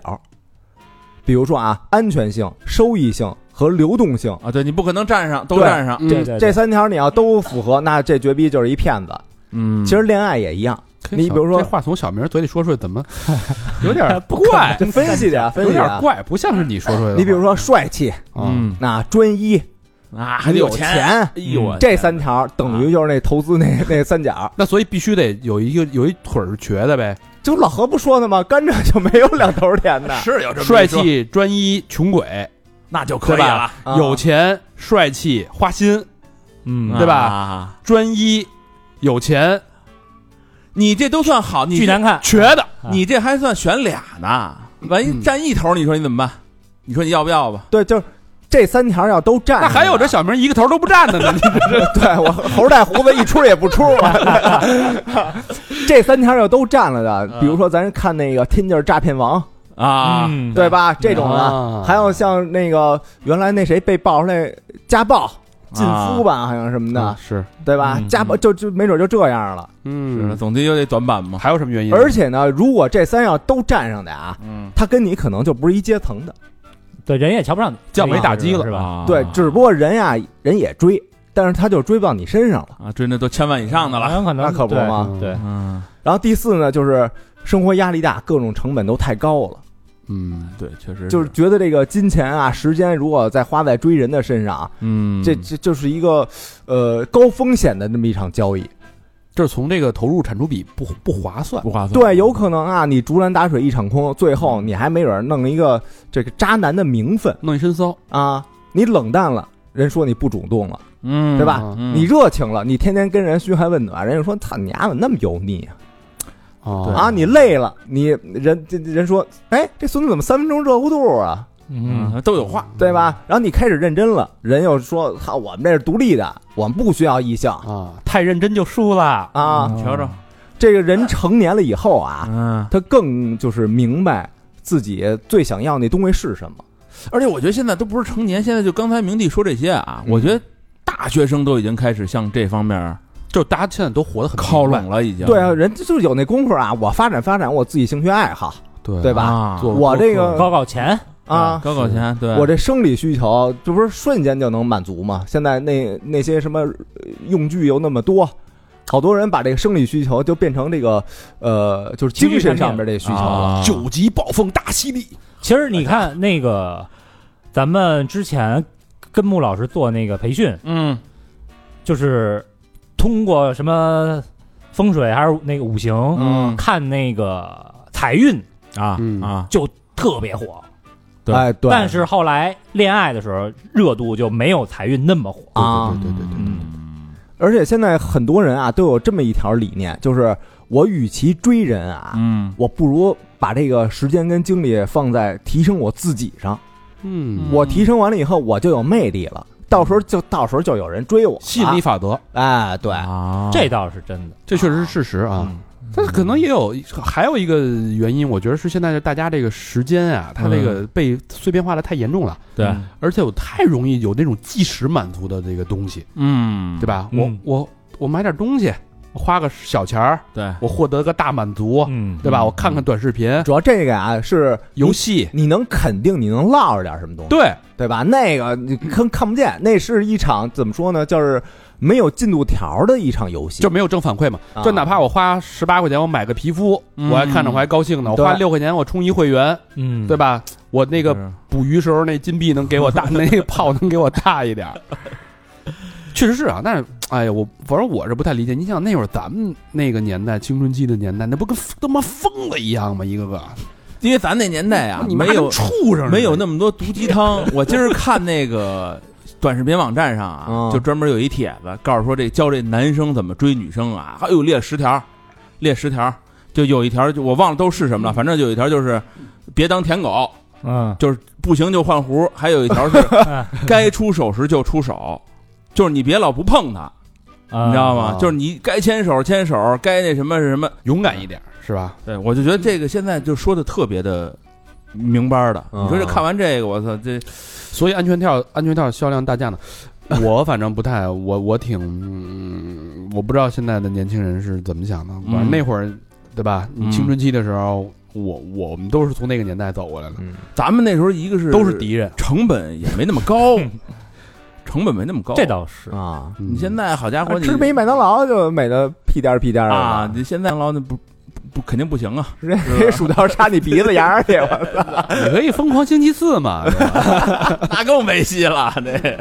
比如说啊，安全性、收益性和流动性。
啊，对你不可能站上，都
对
嗯
站上。
嗯对对，
这三条你要都符合，那这绝逼就是一骗子。
嗯
其实恋爱也一样，你比如说
这话从小明嘴里说出来，怎么有 点
不
怪，
这分析点，啊分
有
析
点
点。
怪，不像是啊你说出来的话。
你比如说帅气、
啊，
那专一、
啊，还得
有
钱。
钱，
哎呦，我
这
天。
三条等于就是那投资那那三角。
那所以必须得有一个有一腿儿是瘸的呗，
就老何不说的吗？甘蔗就没有两头甜的
是有这么一说
帅，气、专一、穷鬼，
那就可以
对吧
了，
啊
有钱、帅气、花心、
嗯
对吧
吧？
专一、有钱、
你这都算好，你
巨难看，
瘸的。
啊
你这还算选俩呢，万一
嗯
占一头，你说你怎么办？你说你要不要吧？
对，就是这三条要都占。
那还有这小明一个头都不占的呢，你
对我猴带胡子一出也不出嘛。这三条要都占了的，比如说咱看那个《Tinder 诈骗王
嗯
啊，》，
对吧？这种的，
嗯
啊
还有像那个原来那谁被爆出来家暴、禁夫吧，好像什么
那
的，
是，
对吧
啊嗯？
家暴就就没准就这样了。
是啊
嗯，
总得有得短板嘛。
还有什么原因？
而且呢，如果这三样都占上的啊，
嗯，
他跟你可能就不是一阶层的。
对人也瞧不上你，
降维打击了
是吧？
啊
对，只不过人呀，人也追，但是他就追不到你身上了。
啊，追那都千万以上的
嗯
了。
很有可能
那可不
对
嘛
对，
嗯，
然后第四呢，就是生活压力大，各种成本都太高了。
嗯，
对，确实
就是觉得这个金钱啊、时间，如果再花在追人的身上啊，
嗯，
这这就是一个呃高风险的那么一场交
嗯
易。
就是从这个投入产出比不不划算。
不划算。
对，有可能啊，你竹篮打水一场空，最后
嗯
你还没准儿弄一个这个渣男的名分
弄一身骚，
啊，你冷淡了。人说你不主动了，
嗯，
对吧？
嗯
你热情了，你天天跟人嘘寒问暖，人家说操你丫、怎么那么油腻啊？
啊
啊，你累了，你人这这人说，哎，这孙子怎么三分钟热乎度啊？
嗯，
都有话，
对吧？然后你开始认真了，人又说：“哈，我们这是独立的，我们不需要异性
啊，太认真就输了。
啊。
瞧瞧，
这个人成年了以后啊，
嗯，
他更就是明白自己最想要那东西是什么。
而且我觉得现在都不是成年，现在就刚才明帝说这些啊，
嗯
我觉得大学生都已经开始向这方面
就是大家现在都活得很
靠
明白
拢了，已经
对啊，人就是有那功夫啊，我发展发展我自己兴趣爱好，
对
对吧？
啊
做
我这个
搞搞钱，
啊，
嗯高考前对，
我这生理需求，这不是瞬间就能满足吗？现在那那些什么呃用具又那么多，好多人把这个生理需求就变成这个呃，就是精神上面这需求了。
啊
九级暴风大犀利，
其实你看那个，咱们之前跟穆老师做那个培训，
嗯，
就是通过什么风水还是那个五行，
嗯
看那个财运
啊
嗯
啊，
就特别火。
对
哎，对，
但是后来恋爱的时候，热度就没有财运那么火。嗯
啊，
对对对对，
而且现在很多人啊都有这么一条理念，就是我与其追人啊，
嗯，
我不如把这个时间跟精力放在提升我自己上。
嗯，
我提升完了以后，我就有魅力了，到时候就到时候就有人追我了。
吸引力法则，
哎，对，
啊，
这倒是真的。
这确实是事实啊。但是可能也有还有一个原因，我觉得是现在大家这个时间啊，它这个被碎片化的太严重了，
对，
而且我太容易有那种即时满足的这个东西，
嗯，
对
吧？
吧？
嗯
我我我买点东西，我花个小钱儿，
对，
我获得个大满足，
嗯，
哦对吧？我看看短视频、
主要这个啊是
游戏，
你能肯定你能落着点什么东西，
对，
对吧？那个你看看不见，那是一场怎么说呢？就是没有进度条的一场游戏，
就没有正反馈嘛。
啊
就哪怕我花十八块钱，我买个皮肤，
嗯
我还看着我还高兴呢。我
对
花六块钱，我充一会员，
嗯，
对？吧？我那个
是
捕鱼时候那金币能给 我大，那个炮能给我大一点儿。确实是啊，但是哎呀，我反正我是不太理解。你想那会儿咱们那个年代，青春期的年代，那不跟他妈疯了一样吗？一个个
因为咱那年代啊，
你妈
没有
跟畜生似的
没有那么多毒鸡 汤。我今儿看那个短视频网站上啊
嗯，
就专门有一帖子，告诉说这教这男生怎么追女生啊，还有列十条，列十条，就有一条就我忘了都是什
嗯
么了，反正就有一条就是别当舔狗，
嗯，
不行就换壶，还有一 条是该出手时就出手。就是你别老不碰他，你
你
嗯
知道吗？
啊
就是你该牵手牵手，该那什么是什么。
勇敢一点是吧？
对，我就觉得这个现在就说的特别的明白的。
嗯
你说这看完这个，我操，这
所以安全跳安全跳销量大降 呢。我反正不太，我我挺、嗯我不知道现在的年轻人是怎么想的。
嗯
反正那会儿，对吧？你
嗯
青春期的时候，我我们都是从那个年代走过来的，
嗯
咱们那时候一个是
都是敌人。
成本也没那么 高，成本没那么高。
这倒是。
啊，
嗯
你现在好家伙，你
吃杯麦当劳就美的屁颠儿屁颠儿的
啊，，你现在麦当劳那不不不肯定不行啊。
人家薯条插你鼻子眼儿里，我
你可以疯狂星期四嘛？对吧
那更没戏了，这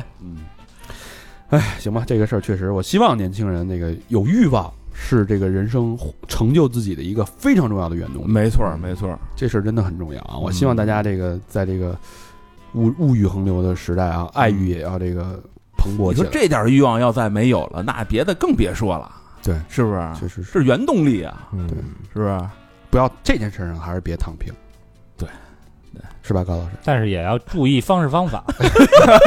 哎，行吧，这个事儿确实，我希望年轻人那个有欲望是这个人生成就自己的一个非常重要的原动力。
没错没错，
这事儿真的很重要啊！我希望大家这
嗯
个在这个物物欲横流的时代啊，爱欲也要这个蓬勃
你
起
说
来。
这点欲望要再没有了，那别的更别说了，
对，
是不是？
确实是
是原动力啊，
对
是不是？
不要这件事上还是别躺平。
对，
是吧，高老师？
但是也要注意方式方法。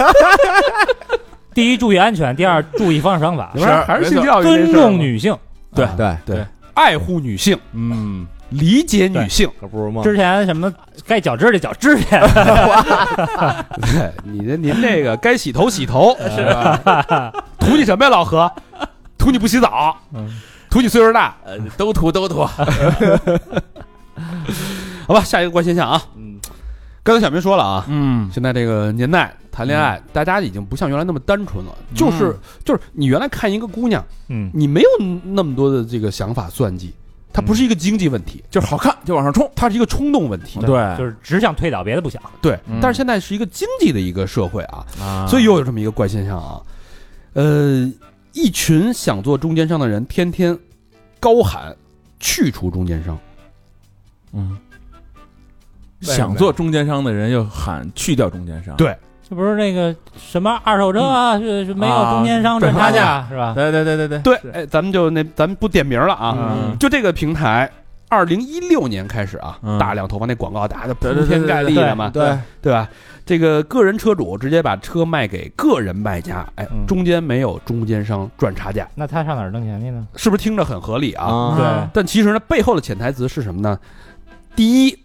第一，注意安全；第二，注意方式方法，
要不然还是性教育这事儿
尊重女性。
对
啊
对
对
对，
爱护女性，
嗯，
理解女性。
可不是吗？
之前什么该绞指甲绞指甲，
对，哎你的您这个该洗头洗 头，是吧？图你什么呀，老何？图你不洗澡，图你岁数大，
嗯呃，都涂都涂，
好吧？下一个怪现象啊，
嗯
刚才小明说了啊，
嗯，
现在这个年代谈恋爱，大家已经不像原来那么单纯了，
嗯
就是就是你原来看一个姑娘，
嗯，
你没有那么多的这个想法算计，它
嗯
不是一个经济问题，
就是好看就往上冲，
它是一个冲动问题。
对
就是只想推倒，别的不想。
对
嗯，
但是现在是一个经济的一个社会啊，
啊
所以又有这么一个怪现象啊，呃，一群想做中间商的人天天高喊去除中间商，
嗯，
为什
想
么
做中间商的人又喊去掉中间商，
对
这不是那个什么二手车啊，是是没有中间商赚差价是吧？
对对对对对，
对，哎，咱们就那咱们不点名了啊，
嗯
就这个平台二零一六年开始啊，
嗯
大量投放那广告打的铺天盖地的嘛，
对，
对吧？这个个人车主直接把车卖给个人卖家，哎
嗯，
中间没有中间商赚差价，
那他上哪儿挣钱去呢？
是不是听着很合理啊？
啊
对，
但其实呢，背后的潜台词是什么呢？第一，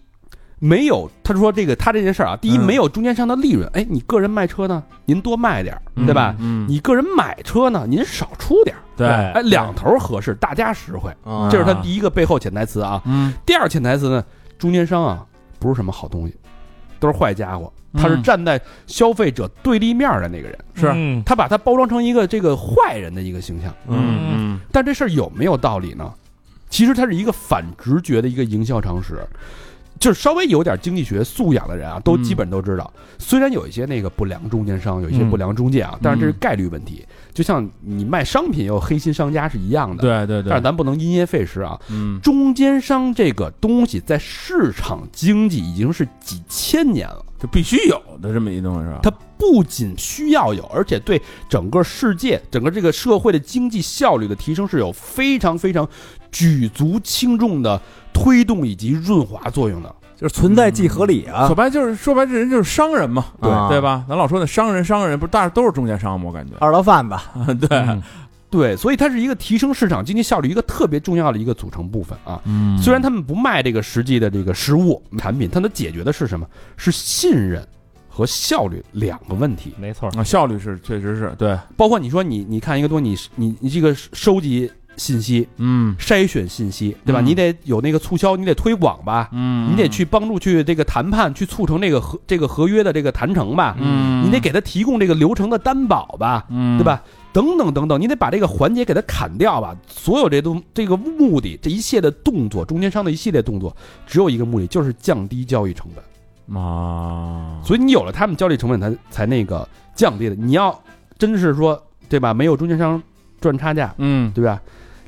没有他说这个他这件事儿啊，第一、
嗯
没有中间商的利润，哎，你个人卖车呢，您多卖点儿，
嗯
对吧？
嗯，
你个人买车呢，您少出点儿，
对
哎，两头合适，大家实惠，
啊
这是他第一个背后潜台词啊。
嗯，
第二潜台词呢，中间商啊不是什么好东西，都是坏家伙，他是站在消费者对立面儿的那个人，
是，嗯
他把他包装成一个这个坏人的一个形象。
嗯
但这事儿有没有道理呢？其实它是一个反直觉的一个营销常识，就是稍微有点经济学素养的人啊，都
嗯
基本都知道。虽然有一些那个不良中间商，有一些
嗯
不良中介啊，但是这是概率问题。就像你卖商品也有黑心商家是一样的，
对对
但是，咱不能因噎废食啊。
嗯
中间商这个东西在市场经济已经是几千年了，
就必须有的这么一东西是吧？
它不仅需要有，而且对整个世界、整个这个社会的经济效率的提升是有非常非常举足轻重的推动以及润滑作用的。
就是存在即合理啊
说，白就是说白，这人就是商人嘛，
对
对吧？咱老说那商人，商人不是大家都是中间商吗？我感觉，
二道贩子，
对，
对，所以它是一个提升市场经济效率一个特别重要的一个组成部分啊。
嗯
虽然他们不卖这个实际的这个实物产品，它能解决的是什么？是信任和效率两个问题。
没错儿，
啊，效率是确实是对，
包括你说你你看一个东西，你你你这个收集信息、
嗯
筛选信息，对吧？
嗯
你得有那个促销，你得推广吧，
嗯
你得去帮助去这个谈判，去促成这个合这个合约的这个谈成吧，
嗯
你得给他提供这个流程的担保吧，
嗯
对？吧？等等等等，你得把这个环节给他砍掉吧。所有这东这个目的，这一切的动作，中间商的一系列动作，只有一个目的，就是降低交易成本。
啊，
所以你有了他们交易成本才才那个降低的。你要真是说对吧？没有中间商赚差价，
嗯
对吧？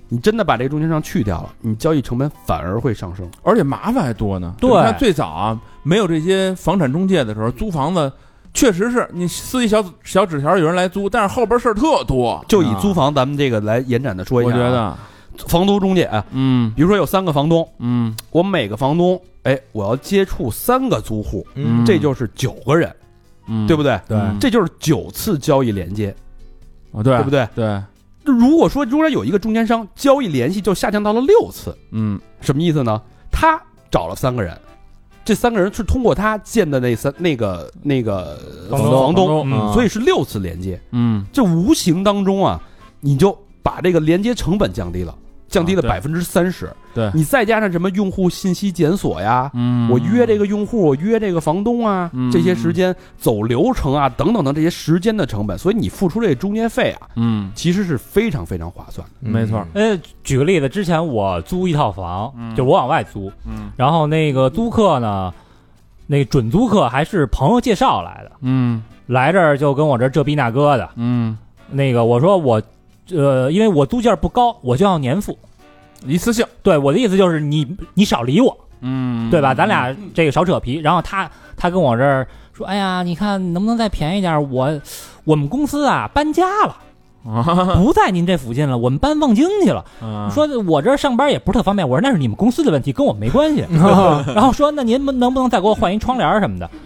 你真的把这个中间商去掉了，你交易成本反而会上升。
而且麻烦还多呢。
对
你看最早啊，没有这些房产中介的时候，租房子确实是你撕一小小纸条，有人来租，但是后边事儿特多。啊
就以租房咱们这个来延展的说
我
一下、啊
觉，得，
房租中介啊，
嗯
比如说有三个房东，
嗯
我每个房东，哎，我要接触三个租户，
嗯
这就是九个人，
嗯，
对不
对？
对？
对
这就是九次交易连接，
啊，对
对不对？
对，
如果说中间有一个中间商，交易联系就下降到了六次，
嗯
什么意思呢？他找了三个人，这三个人是通过他建的那三那个那个
房东
房东，
嗯
啊
所以是六次连接。
嗯
这无形当中啊，你就把这个连接成本降低了，降低了
啊
百分之三十。
对
你再加上什么用户信息检索呀，
嗯，
我约这个用户，我约这个房东啊，
嗯
这些时间走流程啊，等等等这些时间的成本，所以你付出这个中间费啊，
嗯
其实是非常非常划算的。
没错
呃，举个例子，之前我租一套房，就我往外租，
嗯
然后那个租客呢，那准租客还是朋友介绍来的，
嗯
来这儿就跟我这儿这逼那哥的，
嗯，
那个我说我，呃，因为我租价不高，我就要年付。
一次性，
对我的意思就是你你少理我，
嗯，
对吧？咱俩这个少扯皮。然后他他跟我这儿说，哎呀，你看能不能再便宜点儿？我我们公司啊搬家 了，
啊，
不在您这附近了，我们搬望京去了。
啊
说我这儿上班也不是特方便，我说那是你们公司的问题，跟我没 关系。
哦
然后说那您能能不能再给我换一窗帘儿什么的？
嗯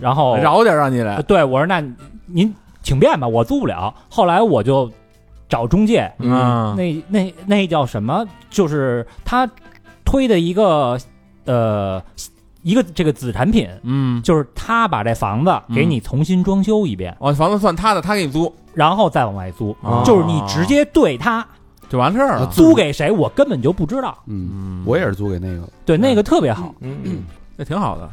然后
饶点啊让你来
呃，对我说那您请便吧，我租不了。后来我就找中介，
嗯
那那那叫什么？就是他推的一个呃一个这个子产品，
嗯，
就是他把这房子给你重新装修一遍，
哦，房子算他的，他给你租
然后再往外租，
哦啊
就是你直接对他
就完事儿
啊
了。
租给谁，我根本就不知道。
嗯，
嗯
我也是租给那个，
对，那个特别好。
嗯
那挺好的。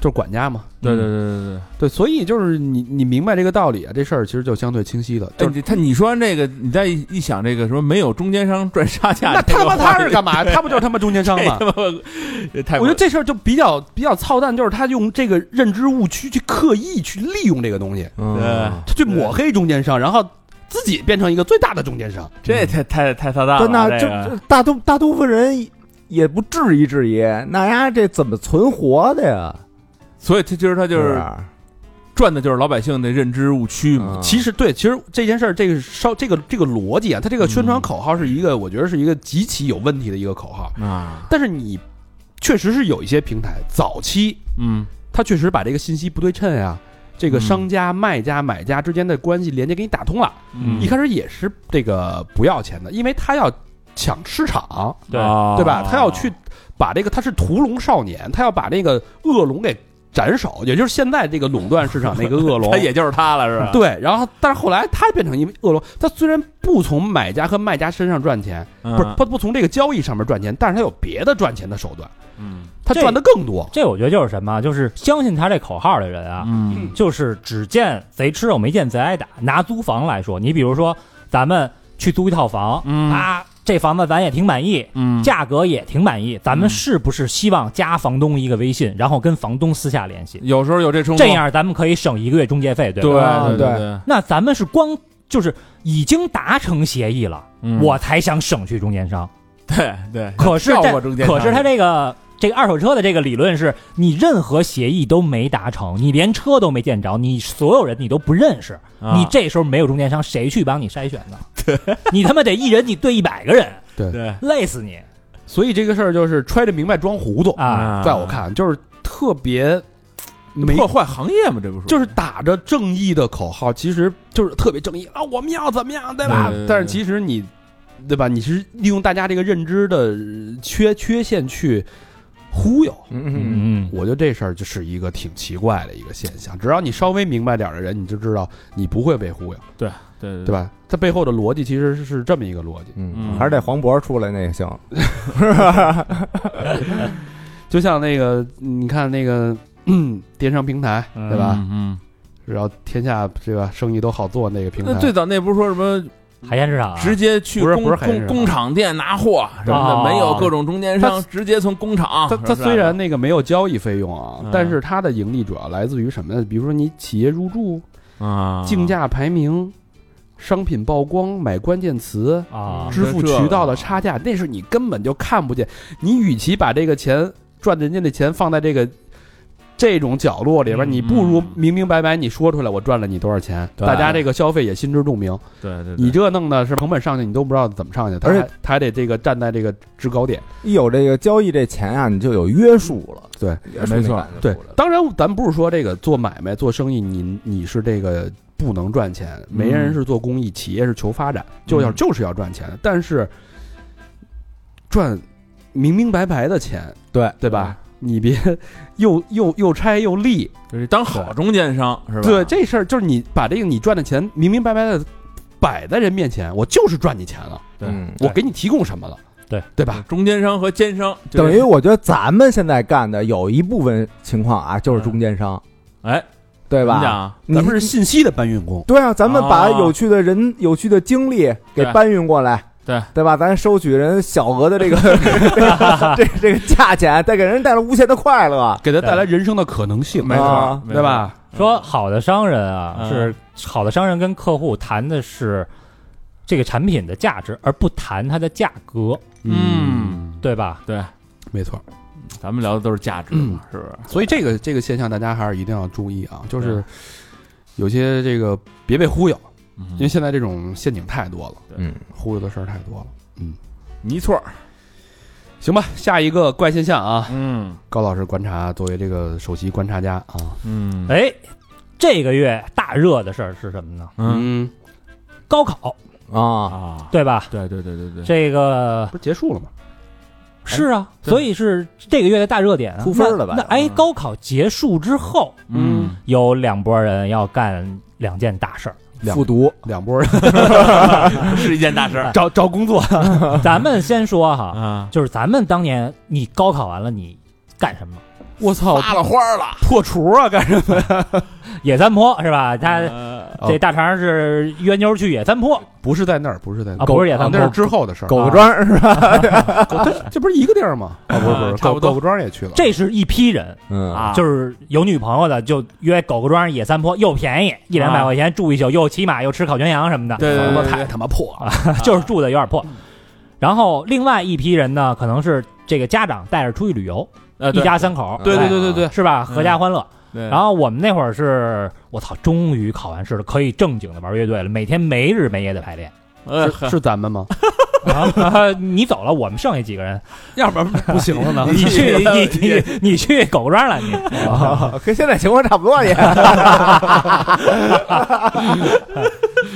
就是管家嘛。
对对对对对。
对，所以就是你你明白这个道理啊，这事儿其实就相对清晰了。
哎，
就是
你他你说这个，你再一一想这个什么没有中间商赚差价，
那他妈
这个话
他是干嘛？他不就是他妈中间商
这
吗
他？妈也太
我觉得这事儿就比较比较操蛋，就是他用这个认知误区去刻意去利用这个东西，
嗯，
他去抹黑中间商，然后自己变成一个最大的中间商。
这
嗯
太太太操蛋了。
但那
这
这
个
这大多大多部分人也不质疑质疑，那丫这怎么存活的呀？
啊
所以他其实他就是
吧
赚的就是老百姓的认知误区嘛。
嗯
其实对，其实这件事儿，这个稍这个这个逻辑啊，它这个宣
嗯
传口号是一个，我觉得是一个极其有问题的一个口号。
啊，
但是你确实是有一些平台早期，
嗯，
它确实把这个信息不对称啊，这个商家、卖家、买家之间的关系连接给你打通了。
嗯
一开始也是这个不要钱的，因为他要抢市场，
对
啊
对吧？他要去把这个他是屠龙少年，他要把那个恶龙给斩首，也就是现在这个垄断市场那个恶龙
他。也就是他了，是吧？
对，然后但是后来他变成一恶龙，他虽然不从买家和卖家身上赚钱，
嗯
不是他不从这个交易上面赚钱，但是他有别的赚钱的手段，
嗯
他
这
赚的更多。
这我觉得就是什么，就是相信他这口号的人啊，
嗯
就是只见贼吃肉，没见贼挨打。拿租房来说，你比如说咱们去租一套房，
嗯
啊，这房子咱也挺满意，
嗯
价格也挺满意，咱
嗯
们是不是希望加房东一个微信，然后跟房东私下联系？
有时候有这冲动，
这样咱们可以省一个月中介费，对吧？
对
啊
对
对
对
那咱们是光就是已经达成协议了，
嗯
我才想省去中间商。
对对，
可是
跳
这
过中间商，
可是他这个这个二手车的这个理论是你任何协议都没达成，你连车都没见着，你所有人你都不认识，
啊
你这时候没有中间商，谁去帮你筛选呢？ 你他妈得一人你对一百个人，
对
累死你
所以这个事儿就是揣着明白装糊涂，
啊！
在我看就是特别没
破坏行业嘛，这不是
就是打着正义的口号，其实就是特别正义啊，我们要怎么样，对吧？
对对对
但是其实你，对吧？你是利用大家这个认知的呃缺缺陷去忽悠。
嗯嗯
嗯，
我觉得这事儿就是一个挺奇怪的一个现象。只要你稍微明白点儿的人，你就知道你不会被忽悠，
对对
对？吧？它背后的逻辑其实是这么一个逻辑，
嗯，
嗯
还是得黄渤出来那个行，
就像那个你看那个、嗯、电商平台，对吧？
嗯，
然后天下对吧，生意都好做那个平台，
那最早那不是说什么
海鲜市场啊
直接去
不是
工
不是海鲜市场
工工厂店拿货什么
哦
的，没有各种中间商，直接从工厂。
它它
哦是吧
虽然那个没有交易费用啊，
嗯
但是它的盈利主要来自于什么呢？比如说你企业入驻、
啊
竞价排名、商品曝光、买关键词、
啊，
支付渠道的差价，那是你根本就看不见。你与其把这个钱赚人家的钱放在这个这种角落里边，
嗯
你不如
嗯
明明白白你说出来，我赚了你多少钱，
对
大家这个消费也心知肚明。
对对，对
你这弄的是成本上去，你都不知道怎么上去，他
而且
还他还得这个站在这个制高点。
一有这个交易这钱啊，你就有约束了，
对，
约束那
没错
感就
对
出来，了
当然，咱不是说这个做买卖、做生意，你你是这个不能赚钱，没
嗯
人是做公益，企业是求发展，就要就是要赚钱的，但是赚明明白白的钱，
对
对吧？你别又又又拆又立，
就是当好中间商是吧？
对这事儿就是你把这个你赚的钱明明白白的摆在人面前，我就是赚你钱了，
对
嗯
我给你提供什么了，
对
对吧？
中间商和奸商，就
等
是
于我觉得咱们现在干的有一部分情况啊，就是中间商，
哎，
对
怎么讲
吧？
啊？
你
咱们是信息的搬运工，
对啊，咱们把
啊
有趣的人、有趣的经历给
对
搬运过来，
对
对吧？咱收取人小额 的这个这这个价钱，再给人带来无限的快乐。
给他带来人生的可能性，
没错
啊，
没错
对？吧？
说好的商人啊，
嗯
是好的商人跟客户谈的是这个产品的价值，而不谈它的价格，
嗯，
对吧？
没错。
咱们聊的都是价值嘛，
嗯
是不是？
所以这个这个现象，大家还是一定要注意啊，就是有些这个别被忽悠，
嗯
嗯
因为现在这种陷阱太多了，
嗯，
忽悠的事儿太多了。嗯
没错，
行吧，下一个怪现象啊，
嗯
高老师观察，作为这个首席观察家啊，
嗯
哎，这个月大热的事儿是什么呢？
嗯
高考，
啊，
啊，
对吧？
对对对对对，
这个
不是结束了吗？
是啊，
对
所以是这个月的大热点啊。
出分了吧
那那哎，
嗯
高考结束之后，
嗯
有两拨人要干两件大事儿。
两
复读
两拨人
是一件大事儿
找找工作，
嗯
咱们先说哈，
啊，
就是咱们当年你高考完了，你干什么？
我操，
发了花儿了，
破除啊，干什么？
野三坡是吧？他
呃
哦
这大肠是约妞去野三坡，
不是在那儿，不是在那
啊
儿，
不是野三坡
那是之后的事儿。
狗庄是吧？
这这不是一个地儿吗？啊，不是不
啊
是，
差不
狗
多
狗庄也去了。
这是一批人，
嗯
啊，
就是有女朋友的就约狗狗庄野三坡，又便宜一两百块钱住一宿，又骑马又吃烤全羊什么的，
啊对对
他妈
对
太他妈破了，
就是住的有点破。然后另外一批人呢，可能是这个家长带着出去旅游，
呃
一
对
家三口，
对对
哎
对对对，嗯
是吧？阖家欢乐。
对
然后我们那会儿是，我操，终于考完试了，可以正经的玩乐队了，每天没日没夜的排练。
呃，
是是咱们吗？
啊，你走了，我们剩下几个人，
要不然
不行 了呢
你 去，你你你去狗狗庄了，你。
跟现在情况差不多也。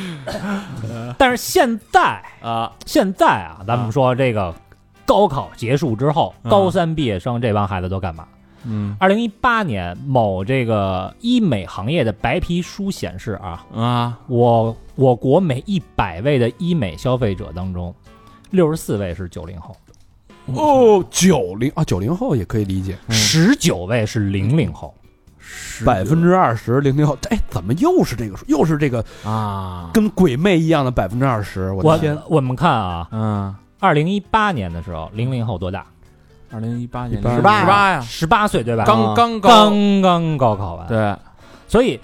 但是现在，
啊，
现在啊，咱们说这个高考结束之后，
嗯
高三毕业生这帮孩子都干嘛？
嗯
二零一八年某这个医美行业的白皮书显示啊，
啊，
我我国每一百位的医美消费者当中，六十四位是九零后，
哦，九零啊，九零后也可以理解，
嗯十九位是零零后。
百分之二十零零后，哎，怎么又是这个数？又是这个
啊，
跟鬼魅一样的百分之二十？我
我
的天，
我们看啊，
嗯，
二零一八年的时候，零零后多大？
二零一八年
18
十
啊
八呀，
十八岁对吧？
刚刚高，
刚刚哎高考完，
对，
所以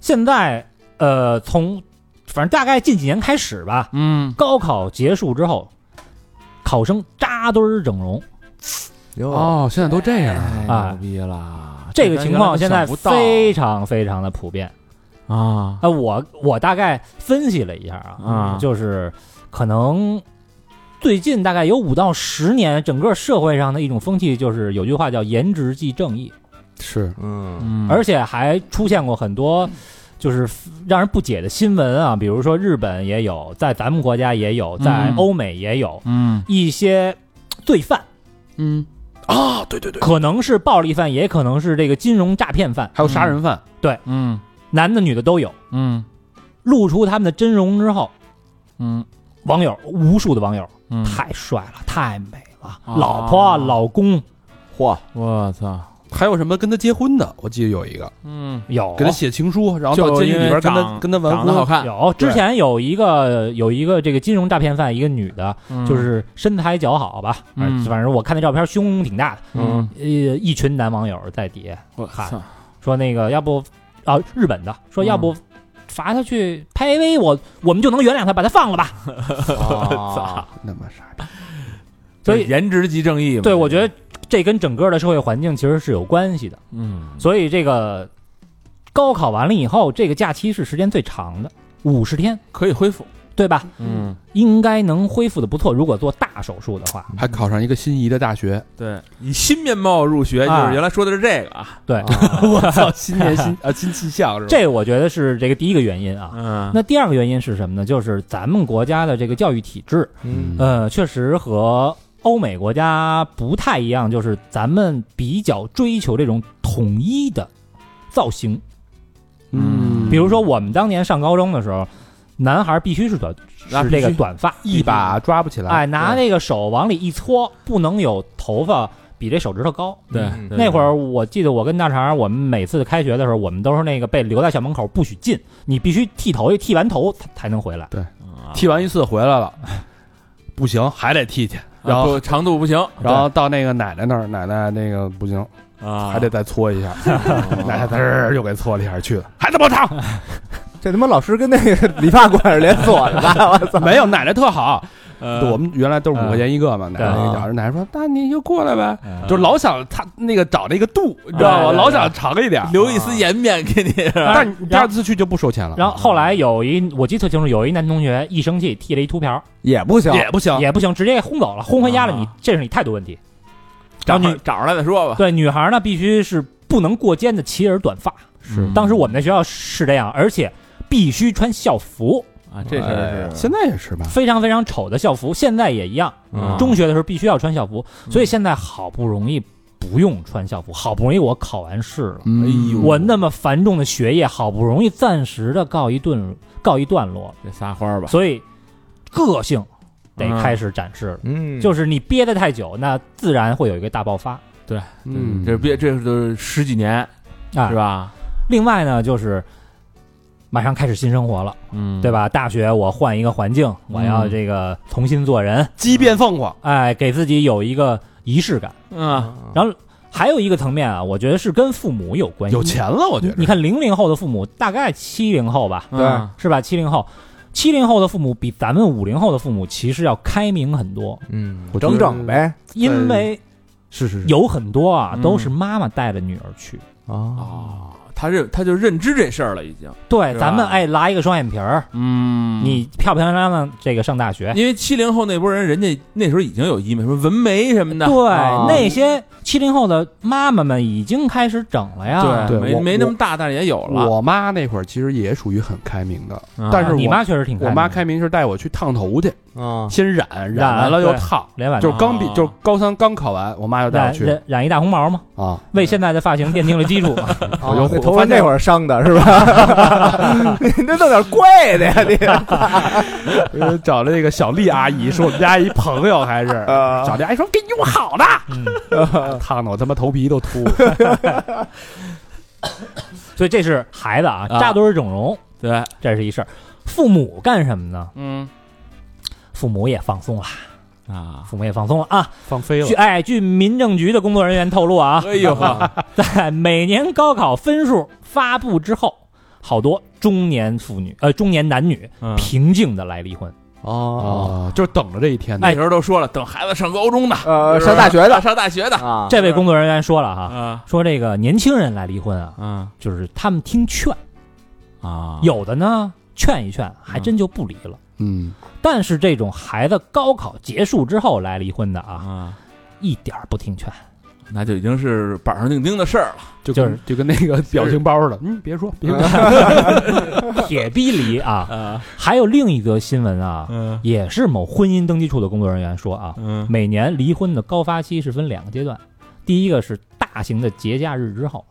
现在呃，从反正大概近几年开始吧，
嗯，
高考结束之后，考生扎堆儿整容，
哦，现在都这样啊，
啊
牛逼了，
这个情况现在
原来都
哦
想不到
非常非常的普遍。
啊，
啊，我我大概分析了一下啊，
啊
就是可能最近大概有五到十年，整个社会上的一种风气就是有句话叫“颜值即正义
是
嗯，
嗯”，
哎
而且还出现过很多。就是让人不解的新闻啊，比如说日本也有，在咱们国家也有，在
嗯
欧美也有、
嗯
一些罪犯，
嗯啊，对对对，
可能是暴力犯，也可能是这个金融诈骗犯，
还有杀人犯，
嗯
男的女的都有。
嗯
露出他们的真容之后，
嗯
网友无数的网友
嗯，
太帅了，太美了，
啊
老婆、老公
嚯，
我操，
还有什么跟他结婚的？我记得有一
哦
个
嗯，
有
给他写情书，然后
就
到监狱里
因为
边跟他
长
跟他完
长得好
婚，
看，
有。
对
之前有一个有一个这个金融诈骗犯，一个女的，
嗯
就是身材姣好吧，哎
嗯
反正我看那照片胸挺大的，
嗯，
呃，一群男网友在底下
我
看
操，嗯
说那个要不啊日本的说要不。罚他去拍 AV，我我们就能原谅他，把他放了吧。
操！
那么傻逼，
所以
颜值即正义嘛，
对，我觉得这跟整个的社会环境其实是有关系的。
嗯，
所以这个高考完了以后，这个假期是时间最长的，五十天，
可以恢复，
对吧？
嗯，
应该能恢复的不错，如果做大手术的话。
还考上一个心仪的大学，
对，以新面貌入学，就
啊
是原来说的是这个啊，
对，
我操，新年新啊新气象是吧？
这我觉得是这个第一个原因啊。
嗯，
那第二个原因是什么呢？就是咱们国家的这个教育体制，
嗯，
呃，确实和欧美国家不太一样，就是咱们比较追求这种统一的造型。
嗯，
比如说我们当年上高中的时候，男孩必须是短，
那
是这个短发，
一把抓不起来，
哎，拿那个手往里一搓，不能有头发比这手指头高。
对
嗯，
对
那会儿我记得我跟大肠，我们每次开学的时候，我们都是那个被留在校门口不许进，你必须剃头，剃完头才才能回 来。
啊
剃完一次回来了，不行，还得剃去。然
啊
后，
不长度不行，
然后到那个奶奶那儿，奶奶那个不行，
啊，哦
还得再搓一下。 奶奶滋儿又给搓了一下去 了，还他妈长，
这他妈老师跟那个理发馆是连锁的吧？我操！
没有奶奶特好。
呃嗯
我们原来都是五块钱一个嘛，奶
对
奶那个角儿，奶奶说：“那你就过来呗。”
嗯
就老想他那个找那个度，你知道吗？
对对对
老想长一点。
嗯留一丝颜面给你，
但是你第二次去就不收钱了，
然后后来有一，我记得特清楚，有一男同学一生气剃了一秃瓢，
也不行，
也不行。
也不行，直接轰走了，轰回家了。你
啊
这是你态度问题。
找
然后女
找出来再说吧。
对女孩呢，必须是不能过肩的齐耳短发。
是
当时我们那学校是这样，而且必须穿校服，
啊，这事
哎
儿是
现在也是吧？
非常非常丑的校服，现在也一样。
嗯
中学的时候必须要穿校服，所以现在好不容易不用穿校服，好不容易我考完试了，
哎
嗯
呦
我那么繁重的学业好不容易暂时的告一顿告一段落了，
这撒欢儿吧，
所以个性得开始展示了。
嗯，
就是你憋得太久，那自然会有一个大爆发啊。
嗯，
这别这都是十几年
啊
是吧？
另外呢，就是马上开始新生活了，
嗯
对？吧？大学我换一个环境，我要这个重新做人，
鸡变凤凰，
哎，给自己有一个仪式感。
嗯，
然后还有一个层面啊，我觉得是跟父母有关系。
有钱了，我觉得
你。看零零后的父母，大概七零后吧，
对
嗯
是吧？七零后，七零后的父母比咱们五零后的父母其实要开明很多，
嗯
我，觉得
整整呗，
因为
是是是，
有很多啊
嗯
都是妈妈带着女儿去，
啊，
哦，他认他就认知这事儿了，已经。
对，
是吧
咱们爱拉一个双眼皮儿，
嗯
你漂漂亮亮这个上大学，
因为七零后那波人，人家那时候已经有医美，什么纹眉什么的，
对
啊
那些七零后的妈妈们已经开始整了呀。
对
没
我
没那么大，但是也有了。
我妈那会儿其实也属于很开明的，
啊
但是
你
我
妈确实挺
我妈开明是带我去烫头去，
啊，
先染，染完了又烫，
连晚
就
上
是刚毕
啊
就是高三刚考完，我妈就带我
染
去
染染一大红毛嘛，
啊，
为现在的发型奠定了基础嘛。
我就
那
我
头
发
发
现
那会儿伤的是 吧？你这弄点贵的呀，你
我找了那个小丽阿姨，是我们家一朋友，还是
啊
找这阿姨说给你用好的，
嗯，
烫的我他妈头皮都秃了。
所以这是孩子啊，
啊
大多是整容，
对，
这是一事儿。父母干什么呢？
嗯
父母也放松了，
啊，
父母也放松了啊。
放飞了
据。哎，据民政局的工作人员透露啊，
哎 呦，
在每年高考分数发布之后，好多中年妇女呃中年男女
嗯
平静的来离婚。
哦，
哦，就是等着这一天呢。
那时候都说了，等孩子上高中的，
呃，
是吧
上大学的
上大学的
啊，
这位工作人员说了哈、
啊，
说这个年轻人来离婚啊，
嗯
就是他们听劝，
啊，
有的呢劝一劝，还真就不离了。
嗯，
但是这种孩子高考结束之后来离婚的啊，
啊，
一点儿不听 劝。
那就已经是板上钉钉的事儿了。
就
就
跟
是
就跟那个表情包似的。嗯，别说，别说，
铁逼离啊！
啊，
还有另一则新闻啊，
嗯
也是某婚姻登记处的工作人员说啊，
嗯
每年离婚的高发期是分两个阶段，第一个是大型的节假日之后，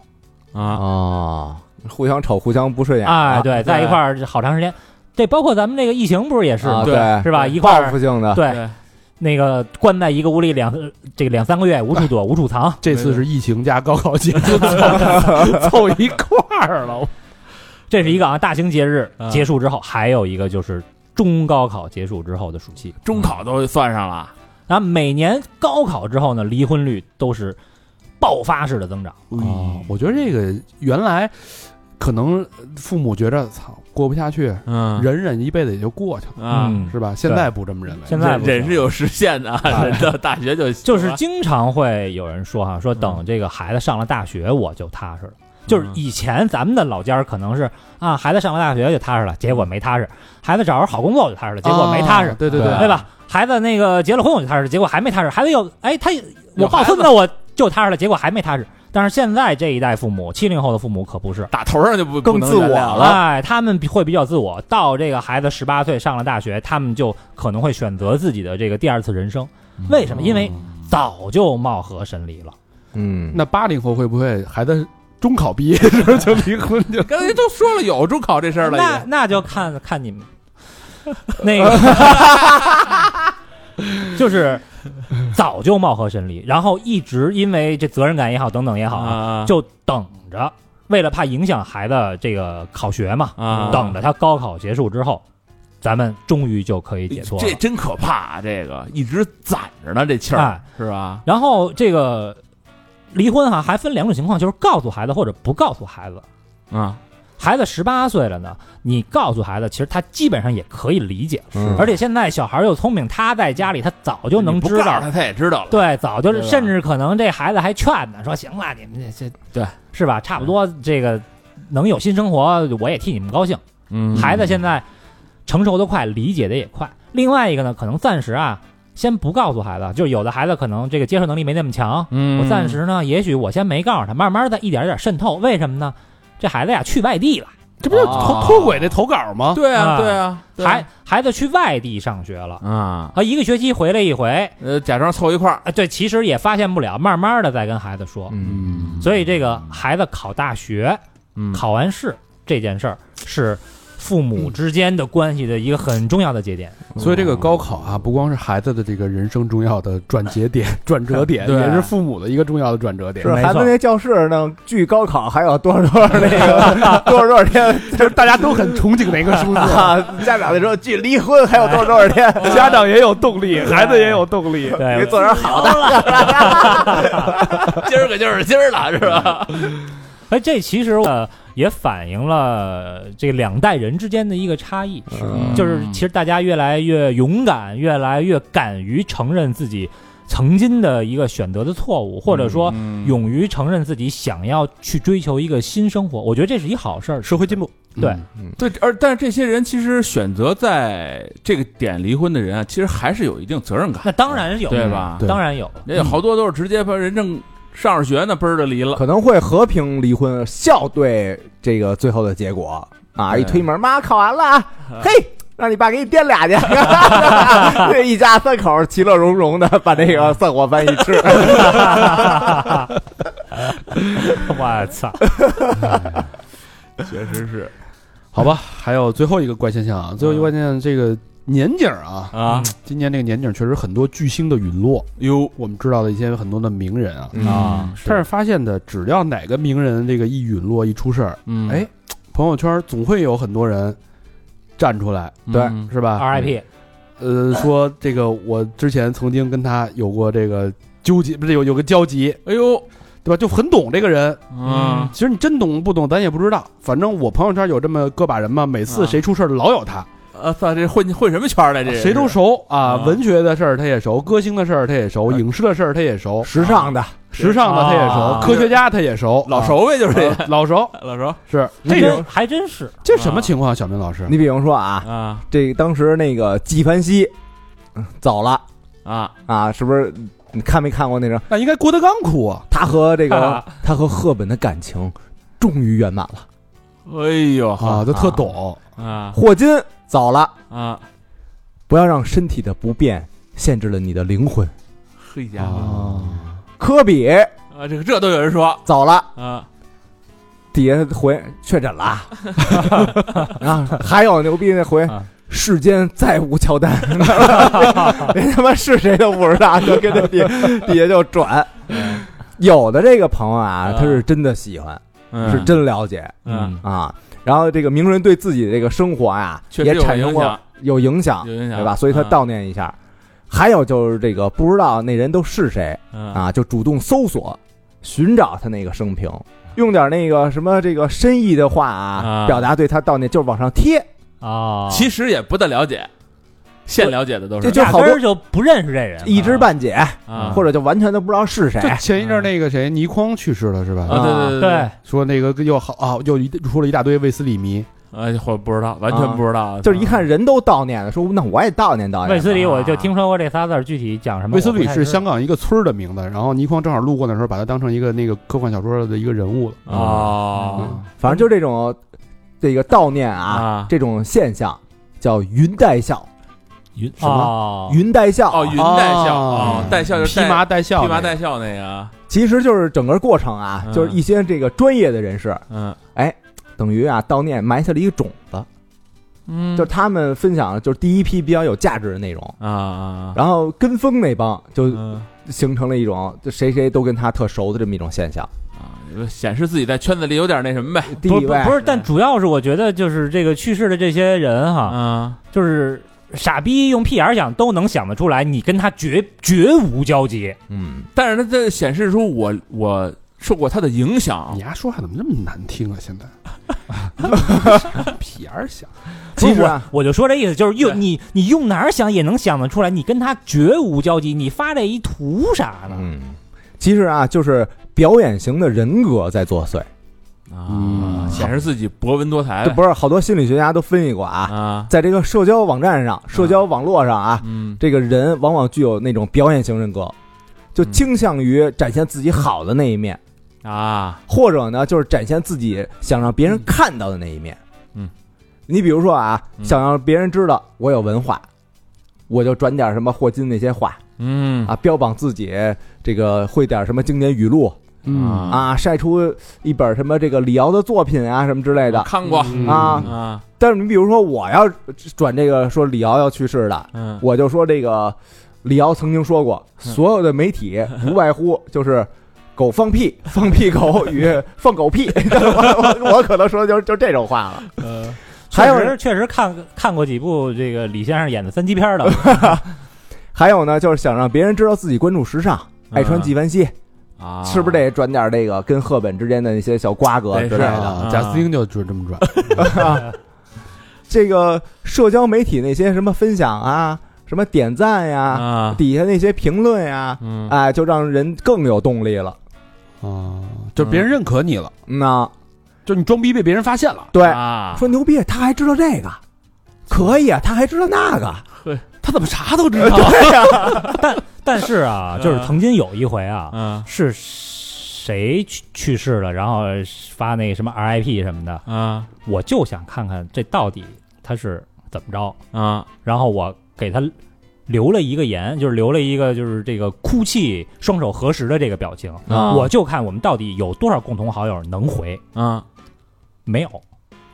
啊，
啊，互相瞅，互相不顺眼
哎，
啊，
对，在一块儿好长时间，这包括咱们这个疫情不是也是
啊
吗？
对
对，
是吧？一块
报
儿
复性的，
对，那个关在一个屋里两呃这个两三个月，无处 躲，无处藏。
这次是疫情加高考结束凑凑一块儿了。
这是一个啊，大型节日
啊
结束之后，还有一个就是中高考结束之后的暑期。
中考都算上了，
然后每年高考之后呢，离婚率都是爆发式的增长。
哎
啊，我觉得这个原来可能父母觉着操过不下去，
嗯
忍忍一辈子也就过去了，
啊，
嗯，
是吧？现在不这么认为。
现在不
忍是有时限的， 忍到大学就行
就是
了
经常会有人说哈、说
嗯
等这个孩子上了大学我就踏实了。就是以前咱们的老家儿可能是啊，孩子上了大学就踏实了，结果没踏
嗯
实；孩子找着好工作我就踏实了，结果没踏实
啊，对对
对
对吧？孩子那个结了婚我就踏实了，结果还没踏实；孩子又哎，他我抱孙子我就踏实了，结果还没踏实。但是现在这一代父母，七零后的父母可不是，
打头上就不
更
不能
自我
原谅
好
了
了
哎，他们会比较自我。到这个孩子十八岁上了大学，他们就可能会选择自己的这个第二次人生。
嗯
为什么？因
哦
为早就貌合神离了。
嗯，
那八零后会不会孩子中考毕业的时候就离婚去了？
刚才都说了有中考这事儿了，
那
已
那就看看 你们那个， 就是早就貌合神离，然后一直因为这责任感也好，等等也
经
好，
啊
就等着，为了怕影响孩子这个考学嘛，
啊
等着他高考结束之后，咱们终于就可以解脱了。
哎这真可怕、啊，这个一直攒着呢，这气儿、
哎
是吧？
然后这个离婚哈、啊还分两种情况，就是告诉孩子或者不告诉孩子。
啊，
孩子十八岁了呢，你告诉孩子，其实他基本上也可以理解。
嗯
而且现在小孩又聪明，他在家里他早就能
你不
知
告
道
诉，他，他也知道了。
对，早就
对
是，
吧
甚至可能这孩子还劝呢，说行了，你们这这
对
是吧？差不多这个能有新生活，我也替你们高兴。
嗯
孩子现在成熟的快，理解的也快。另外一个呢，可能暂时啊，先不告诉孩子，就是有的孩子可能这个接受能力没那么强，
嗯
我暂时呢，也许我先没告诉他，慢慢的一点一点渗透。为什么呢？这孩子呀去外地了，
这不就
啊
脱脱轨那投稿吗？
对啊，
啊
对啊，对啊
孩孩子去外地上学了
啊，
啊，一个学期回来一回
呃，假装凑一块儿，
啊，对，其实也发现不了，慢慢的再跟孩子说。
嗯
所以这个孩子考大学、
嗯
考完试这件事儿，是父母之间的关系的一个很重要的 节点。
嗯
所以这个高考啊，不光是孩子的这个人生重要的转节点、转折点，
嗯对
也是父母的一个重要的转折点
是。
没
孩子
错
那教室呢，距高考还有多少多少那 个多少多少天
就是大家都很憧憬的一个数 字，
啊？家长就说距离婚还有多少多少天，
家长也有动
哎
力，孩子也有动力。
给
对，
做点好的。
今儿个就是今儿了，是吧？
哎，这其实呃也反映了这两代人之间的一个差异。
嗯
就是其实大家越来越勇敢，越来越敢于承认自己曾经的一个选择的错误，或者说
嗯
勇于承认自己想要去追求一个新生活，我觉得这是一好事儿。
社会进步，
对
嗯
对，而但是这些人其实选择在这个点离婚的人啊，其实还是有一定责任感，
那当然有，
对吧？
对
当然有。
那有好多都是直接把人正上着学呢，嘣儿的离了。
可能会和平离婚，笑对这个最后的结果啊！
对
一推门，妈考完了啊，嘿，让你爸给你垫 俩去。这一家三口其乐融融的把那个散伙饭一吃，
我操！
确 实是
好吧，还有最后一个怪现象啊，最后一个怪现象，这个年景儿啊，
嗯啊，
今年这个年景儿确实很多巨星的陨落，
哟嗯
我们知道的一些很多的名人啊，
嗯
啊，
但是发现的，只要哪个名人这个一陨落一出事儿，
嗯
哎，朋友圈总会有很多人站出来，
对
嗯
是吧
RIP
呃，说这个我之前曾经跟他有过这个纠结，不是有有个交集，
哎呦，
对吧？就很懂这个人，
嗯，
其实你真懂不懂咱也不知道，反正我朋友圈有这么个把人嘛，每次
啊
谁出事儿老有他，
啊操，这混混什么圈儿来？这
谁都熟啊，
啊
文学的事儿他也熟，歌星的事儿他也熟，
啊
影视的事儿他也熟，
时尚的
时尚的他也熟
啊，
科学家他也熟，
老熟呗，就是这
啊，老熟
老熟
是
还
这啊
真
种
还真是
这什么情况？小明老师，
你比方说啊，
啊
这当时那个纪梵希嗯走了
啊，
啊，是不是？你看没看过那张？
那应该郭德纲哭啊，
他和这个他和赫本的感情终于圆满了。
哎呦
啊，都特懂，
啊
霍金走了，
啊，
不要让身体的不便限制了你的灵魂。
嘿家伙
科比
啊，这个这都有人说
走了。
啊，
底下回确诊了， 啊，还有牛逼那回
啊，
世间再无乔 丹，连他妈是谁都不知道，就跟着 底底下就转。有的这个朋友啊
啊，
他是真的喜欢，
嗯
是真了解
嗯，
啊。然后这个名人对自己的这个生活啊，
确实
也
有
产生
影
过
响，
有影响，
有影响，嗯
对吧？所以他悼念一下。还有就是这个不知道那人都是谁，
啊
啊，就主动搜索寻找他那个生平，用点那个什么这个深意的话啊，
啊
表达对他悼念，就是往上贴，
啊，
其实也不大了解，现了解的都
这
是
就
压
好
根
多
儿就不认识这人，
嗯
一知半解，嗯
啊，
或者就完全都不知道是谁
就。前一阵儿那个谁倪匡去世了是吧？
啊，对对
对，
说那个又好啊，又一出了一大堆卫斯理迷，
哎，或者不知道，完全不知道，
啊
啊
就是一看人都悼念了，说那我也悼念悼念。
卫斯理我就听说过这仨字儿，具体讲什么
卫
我不
斯
太知
理
道？
是香港一个村儿的名字，然后倪匡正好路过的时候，把它当成一个那个科幻小说的一个人物了。嗯
哦
反正就这种这个悼念啊，
啊，
这种现象叫云带笑，
云
啊
什么
么
云带笑
哦，
啊
云带笑，
哦
哦，带笑就是
披
带
麻戴孝，
披麻戴孝那个，啊
其实就是整个过程啊，
嗯
就是一些这个专业的人士
嗯
等于啊悼念埋下了一个种子，
嗯
就是他们分享的就是第一批比较有价值的内容。
啊
嗯
啊，
然后跟风那帮就
嗯
形成了一种，就谁谁都跟他特熟的这么一种现象。
啊，显示自己在圈子里有点那什么呗，
第
不
一
是
位
不是，但主要是我觉得就是这个去世的这些人哈，
啊
就是傻逼用屁眼儿想都能想得出来，你跟他绝绝无交集。
嗯，
但是他这显示出我我受过他的影响
你，丫说话怎么这么难听啊？现在屁眼儿响，
其实啊，
我就说这意思，就是
对
用你你用哪儿想也能想得出来，你跟他绝无交集，你发这一图啥呢？
嗯，其实啊，就是表演型的人格在作祟。
啊，
嗯
显示自己博闻多才
哎
这
呗
不是好多心理学家都分析过
嗯
啊，
啊，
在这个社交网站上、社交网络上啊，
嗯
这个人往往具有那种表演型人格，就倾向于展现自己好的那一面，
啊，
或者呢，就是展现自己想让别人看到的那一面。
嗯，
你比如说啊，
嗯
想让别人知道我有文化，我就转点什么霍金那些话
嗯
啊，标榜自己这个会点什么经典语录
嗯，
啊，晒出一本什么这个李敖的作品啊什么之类
我
的
看过
嗯
啊。
啊，
但是你比如说我要转这个说李敖要去世的，
嗯
我就说这个李敖曾经说过，
嗯
所有的媒体无外乎就是。狗放 屁，放屁狗与放狗屁，我我我可能说的就是就这种话了。
呃 确
还有
实确实看看过几部这个李先生演的三级片儿的，
还有呢，就是想让别人知道自己关注时尚，
嗯
爱穿纪梵希，
啊，
是不是得转点这个跟赫本之间的那些小瓜葛之类
是
的？
啊，贾斯汀就就这么 转，
这个社交媒体那些什么分享啊，什么点赞呀，
啊，
底下那些评论呀，
嗯，
哎，就让人更有动力了。
啊，就是别人认可你了，
那
就是你装逼被别人发现了，
对，
啊，
说牛逼，他还知道这个，可以啊，他还知道那个，
他怎么啥都知
呃
道？
对嗯呀，
但是啊，就是
啊
曾经有一回啊，
嗯
是谁去去世了，然后发那什么 RIP 什么的，
啊
我就想看看这到底他是怎么着。
啊
然后我给他留了一个言，就是留了一个就是这个哭泣、双手合十的这个表情。
啊
我就看我们到底有多少共同好友能回，
啊，
没有，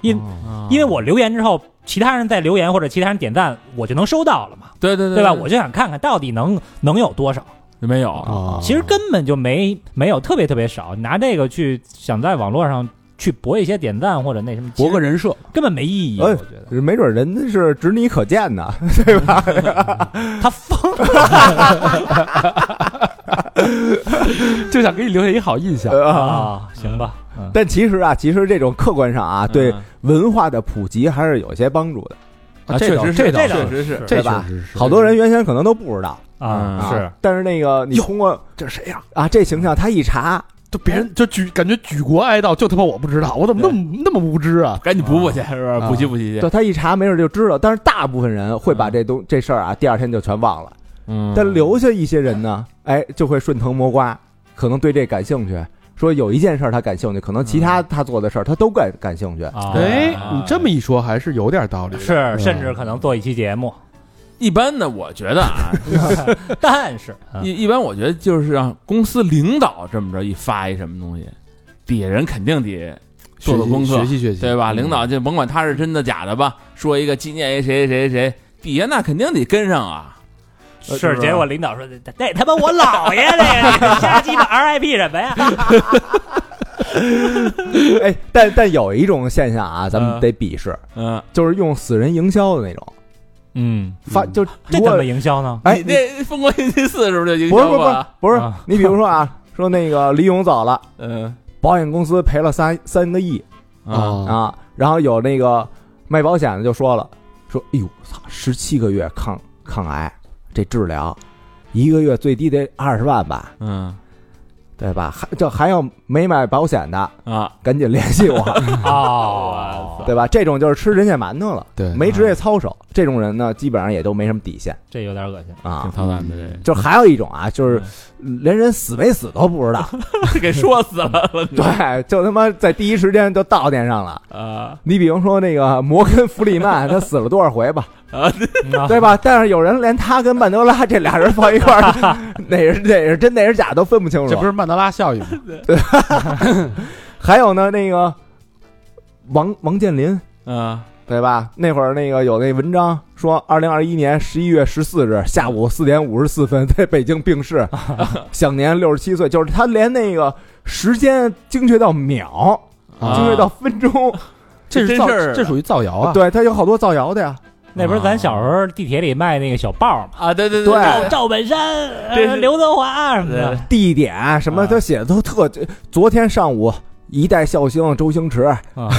因
啊
因为我留言之后，其他人在留言或者其他人点赞，我就能收到了嘛，
对对
对吧？我就想看看到底能能有多少，
没有
啊
其实根本就没没有特别特别少，拿这个去想在网络上去博一些点赞或者那什么，
博个
其
人设，
实根本没意义，
哎
我觉得
没准人家是指你可见 的，
他疯了，
就想给你留下一好印象。
啊，行吧，嗯
呃但其实啊，其实这种客观上啊，对
嗯
文化的普及还是有些帮助的，
啊
确实是
这倒
这倒
确实
是
是
对
这
吧
确实是
好多人原先可能都不知道
啊
嗯
是
啊。但是那个你通过
这是谁呀？
啊这形象，他一查，
就别人就举感觉举国哀悼，就他妈我不知道，我怎么那么那么无知啊？
赶紧补补去，是不是？
啊
补习补习去。
对他一查没准就知道。但是大部分人会把
嗯
这东这事儿啊，第二天就全忘了。
嗯
但留下一些人呢，哎，就会顺藤摸瓜，可能对这感兴趣。说有一件事儿他感兴趣，可能其
嗯
他他做的事儿他都感感 兴趣。
啊，
哎，你这么一说还是有点道理。
是，甚至可能做一期节目，
一般呢，我觉得 啊，
但是啊
一一般我觉得就是让公司领导这么着一发一什么东西，底下人肯定得做做功课
学习学习，
对吧？领导就甭管他是真的假的吧，说一个纪念谁谁谁谁，底下那肯定得跟上啊。
是，结果领导说这这他妈我姥爷这个瞎鸡巴 RIP 什么呀？
哎，但但有一种现象啊，咱们
嗯
得鄙视，
嗯，
就是用死人营销的那种
嗯，
发，
嗯
就
这
如
怎
果
么营销啊呢？
哎
你这《疯狂星期四》是不是就影
不是
响
不是
过
不是
了？
不是
啊，
你比如说啊，说那个李勇走了，
嗯
保险公司赔了三三个亿
啊，
啊，
啊，然后有那个卖保险的就说了，说哎呦操，十七个月抗抗癌这治疗，一个月最低得二十万吧，
嗯
对吧？还这还有没买保险的，
啊，
赶紧联系我，
哦，
对吧？这种就是吃人家馒头了，
对，
没职业操守，这种人呢，基本上也都没什么底线
这有点恶心。
挺
啊。
操蛋的这
就还有一种啊，就是连人死没死都不知 道，
个，给说死了
对，就他妈在第一时间就悼念上了。
啊
你比方说那个摩根弗里曼，他死了多少回吧，
啊！
嗯
对吧？但是有人连他跟曼德拉这俩人放一块 儿，哪是哪是真哪是假都分不清
这不
楚。
是曼德拉效应吗？
还有呢，那个王王健林，
嗯
对吧？那会儿那个有那文章说，二零二一年十一月十四日下午四点五十四分在北京病 逝，享年六十七岁。就是他连那个时间精确到秒，
啊
精确到分钟，
这是
真
造，
事儿啊
这属于造谣啊！
对他有好多造谣的呀。
那不是咱小时候地铁里卖那个小报吗？
啊，对对
对
赵赵本山、
这
呃
是
刘德华什么
对
的，
地点什么
啊
他写的都特。昨天上午。一代孝星周星驰，
啊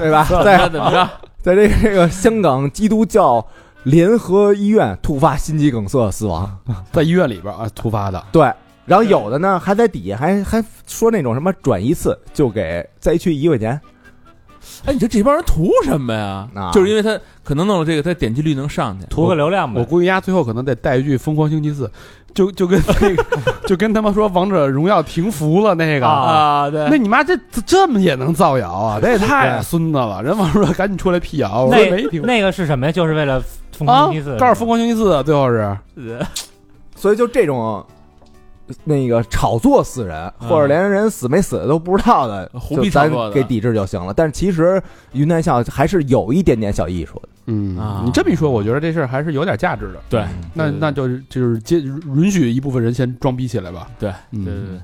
对 吧？在
那怎么着？
在这个这个香港基督教联合医院突发心肌梗塞死亡，
在医院里边啊，突发的
对，然后有的呢还在底下还还说那种什么转一次就给灾区一块钱，
哎，你说这帮人图什么呀
啊？
就是因为他可能弄了这个，他点击率能上去。
图个流量
我
呗。
估计丫最后可能得带一句“疯狂星期四”，就就跟那个 就跟他们说《王者荣耀》停服了那个。
啊
啊，对
那你妈这这这么也能造谣啊？这也太孙子了！人王说赶紧出来辟谣，我说没
那
停
那个是什么呀？就是为了疯
啊
狂星期四，，
这是疯狂星期四，啊最后是
所以就这种那个炒作死人，
嗯
或者连人死没死都不知道的，
啊胡
就
逼炒
咱
作的
给抵制就行了。但是其实云南校还是有一点点小艺术的，
嗯
啊
你这么一说，我觉得这事儿还是有点价值的。
对
那
对
那就是就是接允许一部分人先装逼起来吧。
对
嗯
对对对，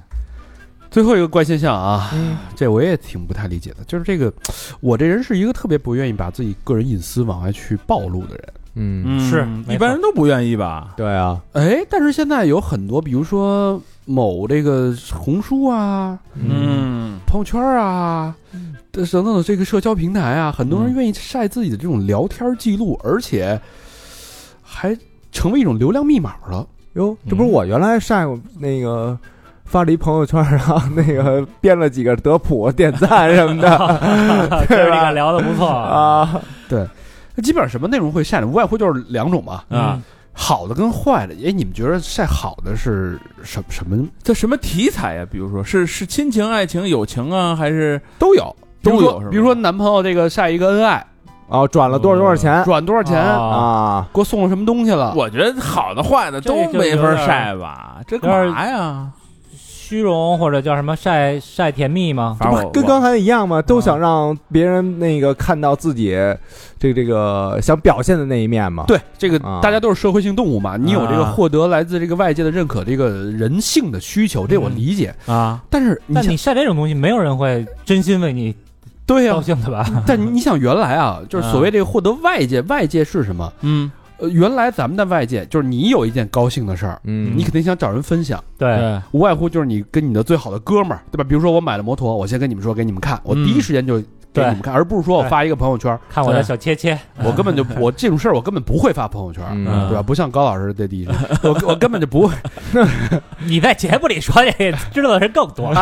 最后一个怪现象啊，这我也挺不太理解的，就是这个，我这人是一个特别不愿意把自己个人隐私往外去暴露的人。
嗯，
嗯
是没
一
错
般 人都不愿意吧？
对啊，
哎，但是现在有很多，比如说某这个红书啊、
嗯
朋友圈啊等等等这个社交平台啊，很多人愿意晒自己的这种聊天记录，而且还成为一种流量密码了。
哟，这不是我原来晒过那个发了一朋友圈，然后那个编了几个德普点赞什么 的
今儿你看聊的不错，
啊，
那基本上什么内容会晒呢？无外乎就是两种嘛，
嗯
啊，
好的跟坏的。哎，你们觉得晒好的是什什么
这什么题材呀、比如说是是亲情、爱情、友情啊，还是
都有？
都有
比如说
是吧
比如说男朋友这个晒一个恩爱，
哦，转了多少多少钱
转多少钱，
啊
啊？
给我送了什么东西了，
我觉得好的坏的都
这就
没
有
法
点
晒吧？这干
点
嘛呀？
虚荣或者叫什么晒晒甜蜜吗？
反正我
跟刚才一样嘛，都
啊
想让别人那个看到自己这这个想表现的那一面嘛。
对，这个
啊
大家都是社会性动物嘛，你有这个获得来自这个外界的认可，这个人性的需求，这我理解。
我啊，
但是你
但
想，
你晒这种东西，没有人会真心为你
对呀、
高兴的吧？
但你你想，原来啊，就是所谓这个获得外界，外界是什么？
嗯，
呃，原来咱们的外界就是你有一件高兴的事儿，
嗯，
你肯定想找人分享，
对，
对，
无外乎就是你跟你的最好的哥们儿，对吧？比如说我买了摩托，我先跟你们说，给你们看，我
嗯
第一时间就给你们看，而不是说我发一个朋友圈，
看我的小切切，
我根本就我这种事儿我根本不会发朋友圈。
嗯
对吧？不像高老师这第一时间，我我根本就不会，
你在节目里说这个知道的人更多。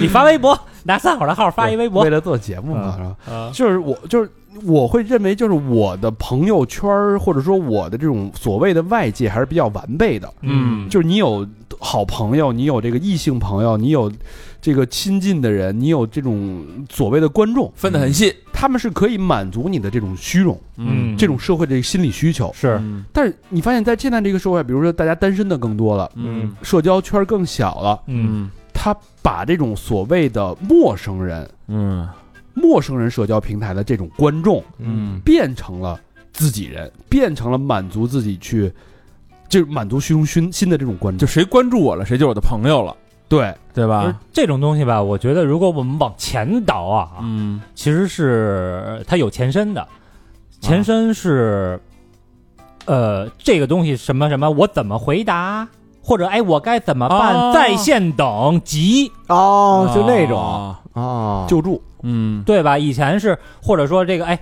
你发微博，拿三口的号 发一微博
为，了做节目嘛，是吧？
啊
就是我就是我会认为，就是我的朋友圈儿或者说我的这种所谓的外界还是比较完备的。
嗯
就是你有好朋友，你有这个异性朋友，你有这个亲近的人，你有这种所谓的观众，
分得很细，
他们是可以满足你的这种虚荣，
嗯，
这种社会的心理需求。
是
嗯
但是你发现，在现在这个社会，比如说大家单身的更多了，
嗯
社交圈儿更小了，
嗯
他把这种所谓的陌生人、
嗯
陌生人社交平台的这种观众，
嗯
变成了自己人，变成了满足自己去，就是满足虚荣心新的这种观
就
众。
谁关注我了，谁就是我的朋友了，
对，
对
嗯就是
吧？
这种东西吧，我觉得如果我们往前倒啊，
嗯
其实是它有前身的，前身是，呃，这个东西什么什么，我怎么回答，或者哎，我该怎么
哦
办？在线等急，
哦，就那种
啊
哦，
救助，
嗯
对吧？以前是或者说这个哎。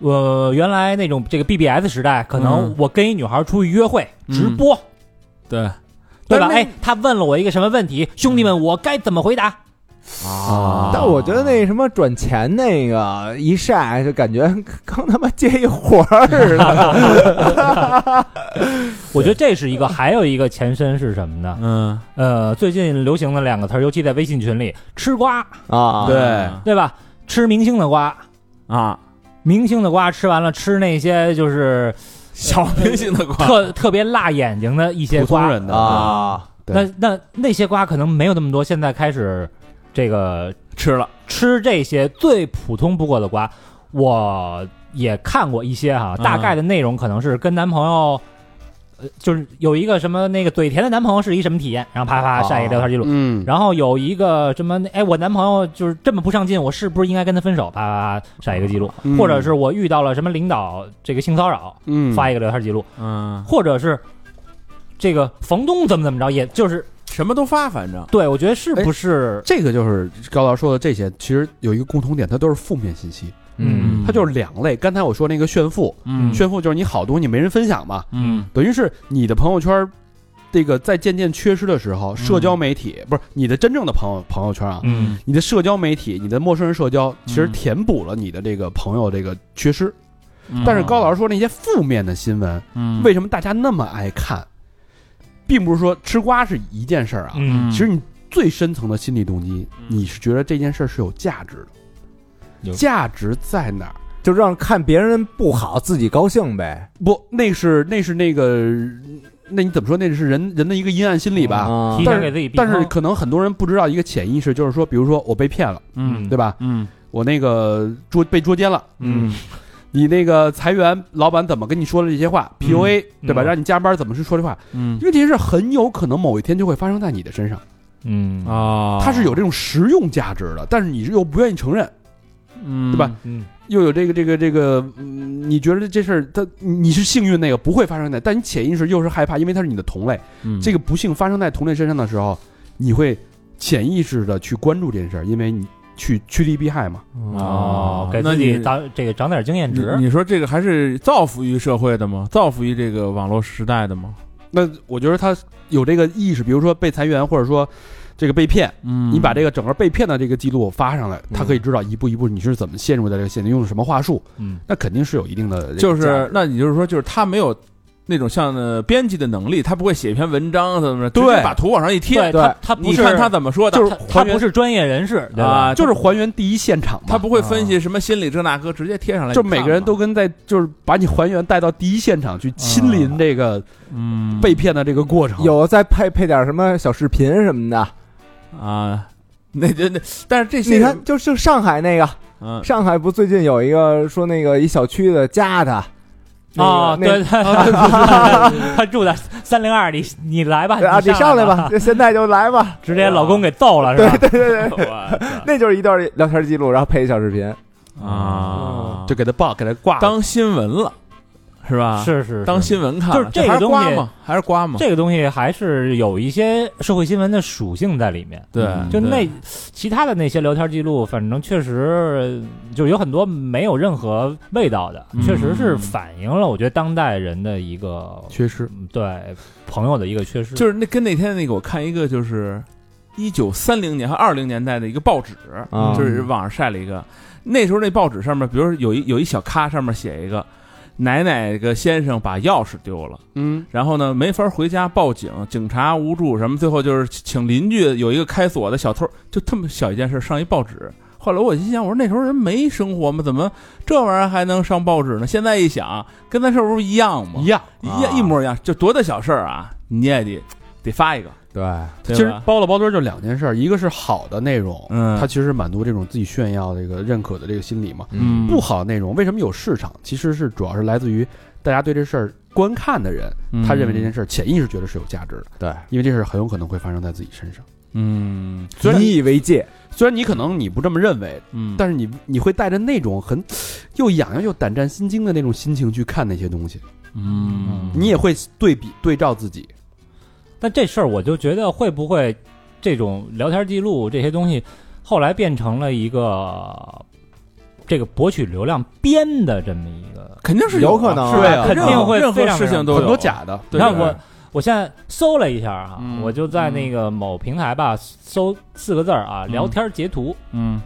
我、原来那种这个 BBS 时代，可
嗯
能我跟一女孩出去约会、
嗯
直播，
对
对吧？
但是那嗯
哎，她问了我一个什么问题，兄弟们，我该怎么回答？
啊
但我觉得那什么转钱那个一晒，就感觉 刚他妈接一活儿似的。
我觉得这是一个，还有一个前身是什么呢？
嗯
呃，最近流行的两个词儿，尤其在微信群里，吃瓜，
啊，
对
对吧？吃明星的瓜，
啊，
明星的瓜吃完了，吃那些就是呃
小明星的瓜，
特特别辣眼睛的一些
普通
瓜。
人的，
啊，
那那那些瓜可能没有那么多，现在开始这个
吃了，
吃这些最普通不过的瓜。我也看过一些哈，
嗯
大概的内容可能是跟男朋友。呃，就是有一个什么那个嘴甜的男朋友是一什么体验，然后啪啪
哦
晒一个聊天记录，
嗯，
啊然后有一个什么，哎，我男朋友就是这么不上进，我是不是应该跟他分手？啪啪啪，晒一个记录，
嗯
或者是我遇到了什么领导这个性骚扰，
嗯
发一个聊天记录，
嗯，
或者是这个房东怎么怎么着，也就是
什么都发，反正
对我觉得是不是
这个就是高老师说的这些，其实有一个共同点，它都是负面信息，
嗯
它就是两类。刚才我说那个炫富，
嗯
炫富就是你好东西没人分享嘛，
嗯
等于是你的朋友圈儿，这个在渐渐缺失的时候，社
嗯
交媒体不是你的真正的朋友朋友圈啊，
嗯
你的社交媒体，你的陌生人社交，其实
嗯
填补了你的这个朋友这个缺失。嗯但是高老师说那些负面的新闻，
嗯
为什么大家那么爱看，并不是说吃瓜是一件事儿啊。
嗯
其实你最深层的心理动机，
嗯
你是觉得这件事儿是有价值的，
有
价值在哪儿？
就让看别人不好，自己高兴呗。
不，那是那是那个，那你怎么说？那是人人的一个阴暗心理吧。
啊
嗯
提前
但是
给自己避
但
坑？
是可能很多人不知道一个潜意识，就是说，比如说我被骗了，
嗯
对吧？
嗯
我那个捉被捉奸了，
嗯
你那个裁员老板怎么跟你说的这些话，PUA、对吧？
嗯
让你加班怎么是说这话？
嗯
因为这些事很有可能某一天就会发生在你的身上，
嗯
啊，
它是有这种实用价值的，但是你又不愿意承认，
嗯
对吧？
嗯
又有这个这个这个，嗯，你觉得这事儿它你是幸运那个不会发生在，但你潜意识又是害怕，因为它是你的同类，
嗯
这个不幸发生在同类身上的时候，你会潜意识的去关注这件事儿，因为你去趋利避害嘛。
哦，给
那
自己
你
长这个长点经验
你
值。
你说这个还是造福于社会的吗？造福于这个网络时代的吗？
那我觉得他有这个意识，比如说被裁员，或者说这个被骗，
嗯
你把这个整个被骗的这个记录发上来，他可以知道一步一步你是怎么陷入在这个陷阱，用什么话术，
嗯，
那肯定是有一定的这个
就是
价，值
那你就是说，就是他没有那种像呃编辑的能力，他不会写一篇文章啊怎么着，
对
直接把图往上一贴，
对他他不
你
是
看他怎么说的，
就是
他他
还原
不是专业人士，对吧？
啊，
就是还原第一现场嘛。哎
他不会分析什么心理这那个，直接贴上来，
就
你看
每个人
嘛
都跟在就是把你还原带到第一现场去亲临这个
嗯
被骗的这个过程。
有再配配点什么小视频什么的。
啊，那那那，但是这些
你看，就是上海那个，
嗯，
上海不最近有一个说那个一小区的加他，
哦
啊，
那
对，
个
他他住在三零二，你你来吧，
那啊，你上来
吧，
吧， 现在就来 吧，
直接老公给揍了是吧？
对 对对，
我操
那就是一段聊天记录，然后配一小视频，
啊，
就给他报，给他挂了。
当新闻了，是吧？
是是是
当新闻看了，
就是这个
还
东
瓜
西
嘛，还是瓜嘛，
这个东西还是有一些社会新闻的属性在里面。嗯
对，嗯
就
对
那其他的那些聊天记录，反正确实就有很多没有任何味道的，
嗯
确实是反映了我觉得当代人的一个
缺失，
嗯对朋友的一个缺失。
就是那跟那天那个我看一个就是一九三零年和二零年代的一个报纸，
啊
就是网上晒了一个，那时候那报纸上面，比如说有一有一小咖上面写一个。奶奶个先生把钥匙丢了，
嗯，
然后呢没法回家报警，警察无助什么，最后就是请邻居有一个开锁的小偷，就这么小一件事上一报纸。后来我心想，我说那时候人没生活吗？怎么这玩意儿还能上报纸呢？现在一想，跟咱是不是一样嘛
一？样。
一样一模一样，就多大小事儿啊，你也得得发一个，
对，
其
对
实
吧
包了包堆儿就两件事儿，一个是好的内容，
嗯，
它其实是满足这种自己炫耀、这个认可的这个心理嘛。
嗯
不好的内容为什么有市场？其实是主要是来自于大家对这事儿观看的人，
嗯
他认为这件
事，
事儿潜意识觉得是有价值的，
对，
因为这事儿很有可能会发生在自己身上。
嗯
虽然
引以为戒，
虽然你可能你不这么认为，
嗯，
但是你你会带着那种很又痒痒又胆战心惊的那种心情去看那些东西，
嗯
你也会对比对照自己。
但这事儿我就觉得会不会这种聊天记录这些东西，后来变成了一个这个博取流量编的这么一个，
肯定是
有
啊
可能啊
是吧
对啊
肯定会
任何
非常
事情都
很
有啊
多，假的，
对
你看我我现在搜了一下哈、
嗯
我就在那个某平台吧搜四个字儿啊，
嗯
聊天截图。
嗯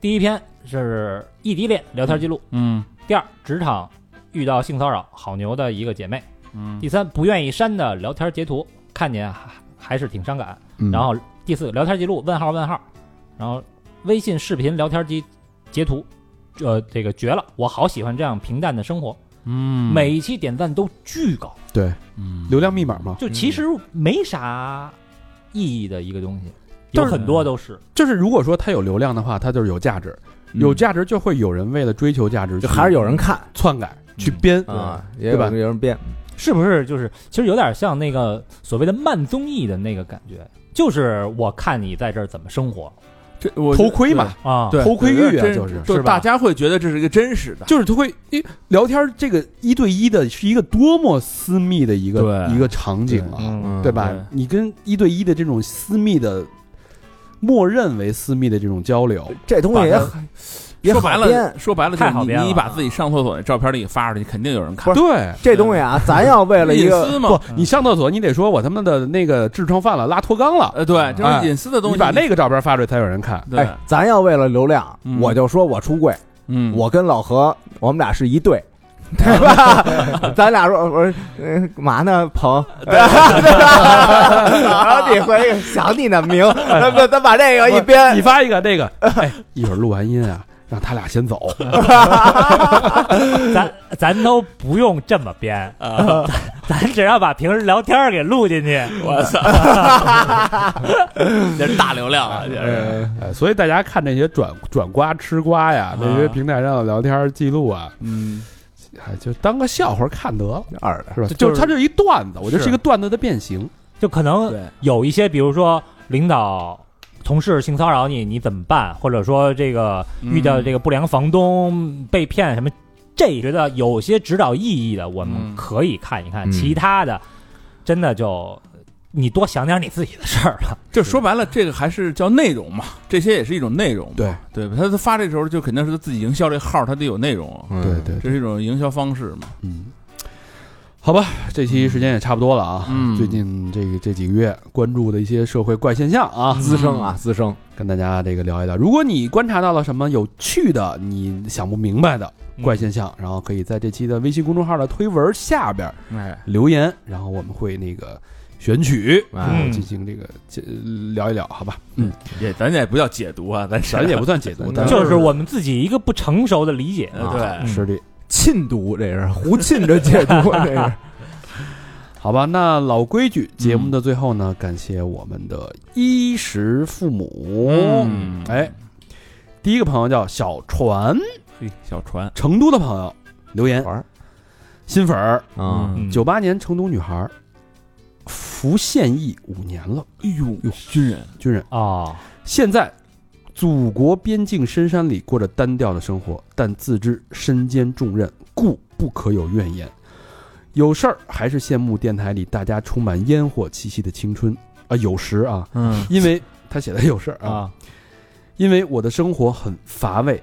第一篇是异地恋聊天记录，
嗯
第二职场遇到性骚扰，好牛的一个姐妹。
嗯
第三不愿意删的聊天截图，看见还还是挺伤感。
嗯
然后第四聊天记录问号问号，然后微信视频聊天机截图，呃，这个绝了！我好喜欢这样平淡的生活，
嗯
每一期点赞都巨高，
对
嗯
流量密码嘛，
就其实没啥意义的一个东西，有
就是
很多都嗯是。
就是如果说它有流量的话，它就是有价值，有价值就会有人为了追求价值去
就
嗯
还是有人看
篡改去
嗯
编，
啊，也
对
有
吧
有人变，
是不是就是其实有点像那个所谓的慢综艺的那个感觉？就是我看你在这儿怎么生活
这我
头盔嘛，
啊，
对，
头盔
对
欲啊
真
就是
就是
吧
大家会觉得这是一个真实的，
就是他会因为聊天这个一对一的是一个多么私密的一个
对
一个场景啊，
嗯，
对吧
对？
你跟一对一的这种私密的，默认为私密的这种交流，
这东西也
把它
很也
说
好
白了，
编
说白了就
太好
是
编
你你
了
把自己上厕所那照片给你发出去，肯定有人看，
对。嗯
这东西 啊，咱要为了一
隐
个
私嘛
不，，你上厕所你得说我他妈的那个痔疮犯了，拉脱肛了，
呃，对，这
哎
种隐私的东
你
西，
把那个照片发出来才有人看。
对
哎，，咱要为了流量，
嗯
我就说我出柜，
嗯，
我跟老何我们俩是一对。对吧？咱俩说，我说，嗯、干嘛呢，鹏？ 然后你回去想你的名，咱咱咱把这个一
你
编，
发一个那个，哎，一会儿录完音啊，让他俩先走。
咱咱都不用这么编， 咱只要把平时聊天儿给录进去。
啊我 操，这是大流量啊，这是。
呃，所以大家看这些转转瓜吃瓜呀，那些平台上的聊天记录啊，
嗯，
哎，就当个笑话看得了，
二的
是吧？
这
就
就是
它就是一段子，我觉得
是
是一个段子的变形。
就可能
对，
有一些，比如说领导、同事性骚扰你，你怎么办？或者说这个
嗯
遇到这个不良房东被骗什么，这觉得有些指导意义的，我们
嗯
可以看一看。
嗯
其他的，真的就你多想点你自己的事儿吧。
就说白了，这个还是叫内容嘛，这些也是一种内容嘛，
对
对吧？他他发这时候就肯定是他自己营销这号，他得有内容，啊
嗯
嗯
对对，
这是一种营销方式嘛。
嗯，好吧，这期时间也差不多了啊。
嗯
最近这个这几个月关注的一些社会怪现象啊，
滋生啊，滋生，
跟大家这个聊一聊。如果你观察到了什么有趣的、你想不明白的怪现象，然后可以在这期的微信公众号的推文下边
哎，
留言，然后我们会那个选取，
哎
嗯
啊进行这个这聊一聊，好吧？
也咱也不叫解读啊，咱
咱也不算解读，咱
就是我们自己一个不成熟的理解。
呃 对。
是的。
沁毒这是胡沁着解毒，这是。
好吧，那老规矩，节目的最后呢，感谢我们的衣食父母。
嗯
哎，第一个朋友叫小船，
嘿，小船，
成都的朋友留言
玩儿，
新粉儿，
啊，
嗯
九八年成都女孩儿，服现役五年了，
哎呦，军人，
军人，
哦，
现在祖国边境深山里过着单调的生活，但自知身兼重任，故不可有怨言。有事儿还是羡慕电台里大家充满烟火气息的青春啊、有时啊，
嗯
因为他写的有事儿啊，
啊，
因为我的生活很乏味、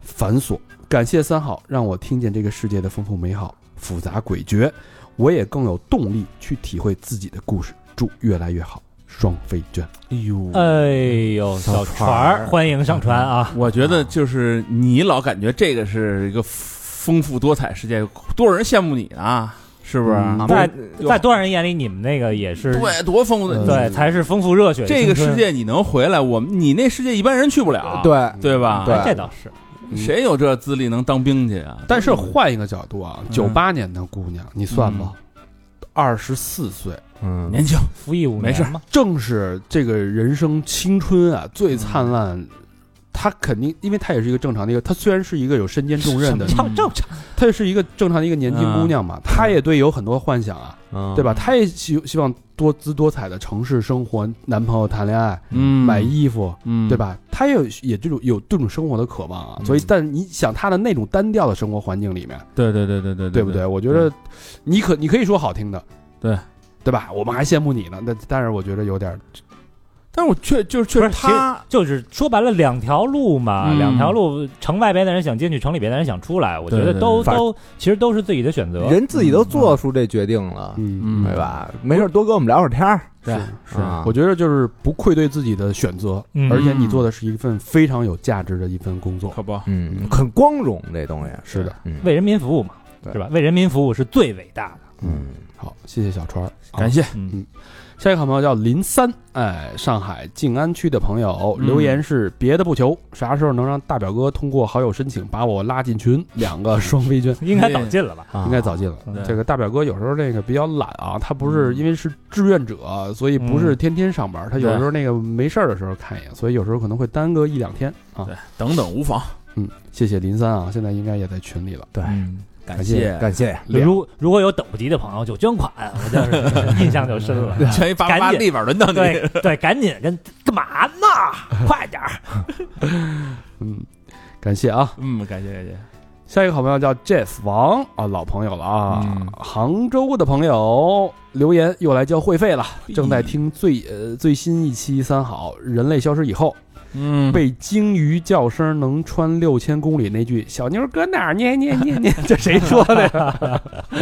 繁琐。感谢三好，让我听见这个世界的丰富美好、复杂诡谲，我也更有动力去体会自己的故事。祝越来越好，双飞卷。
哎呦，
哎呦，小船儿，欢迎上船啊！
我觉得就是你老感觉这个是一个丰富多彩世界，多少人羡慕你啊，是不是？
嗯
在
有
在多少人眼里，你们那个也是嗯
对，多丰富的，
对，才是丰富热血的
这个
青
世
春。
界你能回来，我们你那世界一般人去不了，
对，
对吧？
对
哎这倒是，
谁有这资历能当兵去啊？
但是换一个角度啊，
嗯
九八年的姑娘，你算吧，二十四岁，
嗯，
年轻，
服役五
没事
年嘛，
正是这个人生青春啊最灿烂。她肯定，因为她也是一个正常的一个，她虽然是一个有身兼重任的，
叫
嗯
正常。
她也是一个正常的一个年轻姑娘嘛，她也对有很多幻想啊，
嗯
对吧？她也希希望多姿多彩的城市生活，男朋友谈恋爱，
嗯
买，衣服，
嗯，
对？吧？她也有也这种有这种生活的渴望啊，所以，但你想她的那种单调的生活环境里面，
对对对对对
对不对？？我觉得你可你可以说好听的，
对啊
对吧？我们还羡慕你呢，但但是我觉得有点
但是我确就是确实
不是其实
他，
就是说白了，两条路嘛，
嗯
两条路，城外边的人想进去，城里边的人想出来，我觉
对
得
对
都
反
都其实都是自己的选择。
人自己都做出这决定了，
嗯，
嗯
对？吧？没事儿多跟我们聊会儿天儿，
对，
是啊
我觉得就是不愧对自己的选择，
嗯
而且你做的是一份非常有价值的一份工作。
可不，
嗯，很光荣这东西，
是的，
嗯
为人民服务嘛，
对
是吧？为人民服务是最伟大的。
嗯，
好，谢谢小川儿。
感谢，
嗯，
下一个好朋友叫林三，哎，上海静安区的朋友
嗯
留言是：别的不求，啥时候能让大表哥通过好友申请把我拉进群？两个双飞娟。
应该早进了吧？
啊
应该早进了
对。
这个大表哥有时候那个比较懒啊，他不
嗯
是因为是志愿者，所以不是天天上班，他有时候那个没事儿的时候看一眼，所以有时候可能会耽搁一两天啊。
对，等等无妨，
嗯，谢谢林三啊，现在应该也在群里了。
对，
嗯
感
谢
感谢
两
如如果有等不及的朋友，就捐款，我就是印象就深了。
全一八八
赶紧
立马轮到 你，
对对，赶紧跟干嘛呢？ 快点儿！
嗯，感谢啊。
嗯，感谢感谢，
下一个好朋友叫 Jeff 王啊，老朋友了啊，
嗯
杭州的朋友留言又来交会费了，正在听最呃最新一期三好人类消失以后，
嗯，
被鲸鱼叫声能穿六千公里那句“小妞搁哪儿捏捏捏 捏”，这谁说的呀？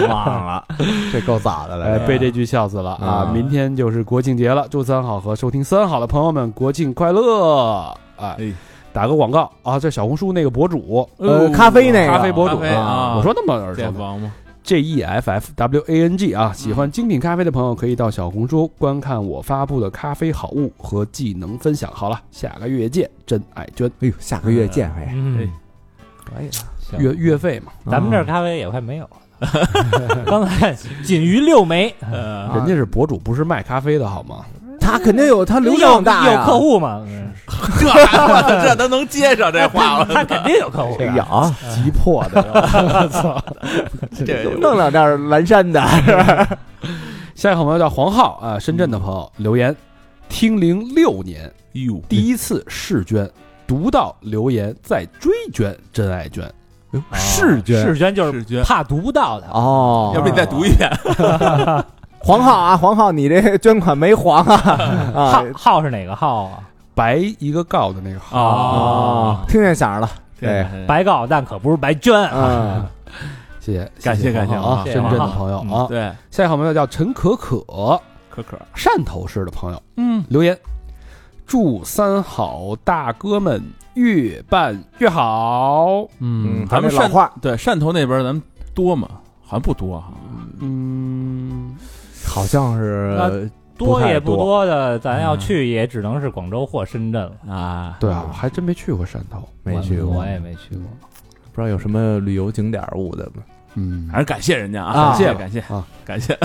忘了，这够早的
哎，
了，
被这句笑死了啊！
嗯
啊
明天就是国庆节了，祝三好和收听三好的朋友们国庆快乐！哎
哎，
打个广告啊，这小红书那个博主，
呃咖啡那个
哎咖啡博主
咖啡啊
我说那么耳熟
这
呢
王吗？
J E F F W A N G 啊，喜欢精品咖啡的朋友可以到小红书观看我发布的咖啡好物和技能分享。好了，下个月见，真爱娟
哎呦，下个月见，哎，
嗯，
可以了，
行
月月费嘛，
咱们这儿咖啡也快没有了，刚才仅余六枚，
呃，
啊
人家是博主，不是卖咖啡的好吗？
他肯定有他流量大
有
呀，
有客户嘛？
这我操 这都能接上这话了，
他肯定有客户。
有哎急迫 的，
这
弄两件蓝山的，
下一个好朋友叫黄浩啊，深圳的朋友留言，听零六年
哟，
第一次试捐，读到留言再追捐，真爱啊捐，
视
觉
哦视捐就是
世娟，
怕读不到的，
哦，
要不你再读一遍，
黄浩啊，黄浩，你这捐款没黄 啊
浩
啊
浩是哪个浩啊？
白一个告的那个号，啊
啊
哦，
听见响了，对，
对，
白告但可不是白捐。啊
嗯，
谢谢，
感谢感谢
黄浩啊，
谢谢
深圳的
黄浩
朋友
嗯
啊，
对，
下一个好朋友叫陈可可，
可可，
汕头市的朋友
嗯，
留言，祝三好大哥们越办越好。
嗯，
咱们
还是老
汕
话，
对汕头那边咱们多吗？好像不多哈，
嗯，
好像是
多也不
不太
多的，咱要去也只能是广州或深圳了。
啊，
对啊，我还真没去过汕头。
没去
我
过
我，也没去过。
不知道有什么旅游景点儿捂的吗？
嗯
还是感谢人家
啊
啊，感谢感谢
啊，
感谢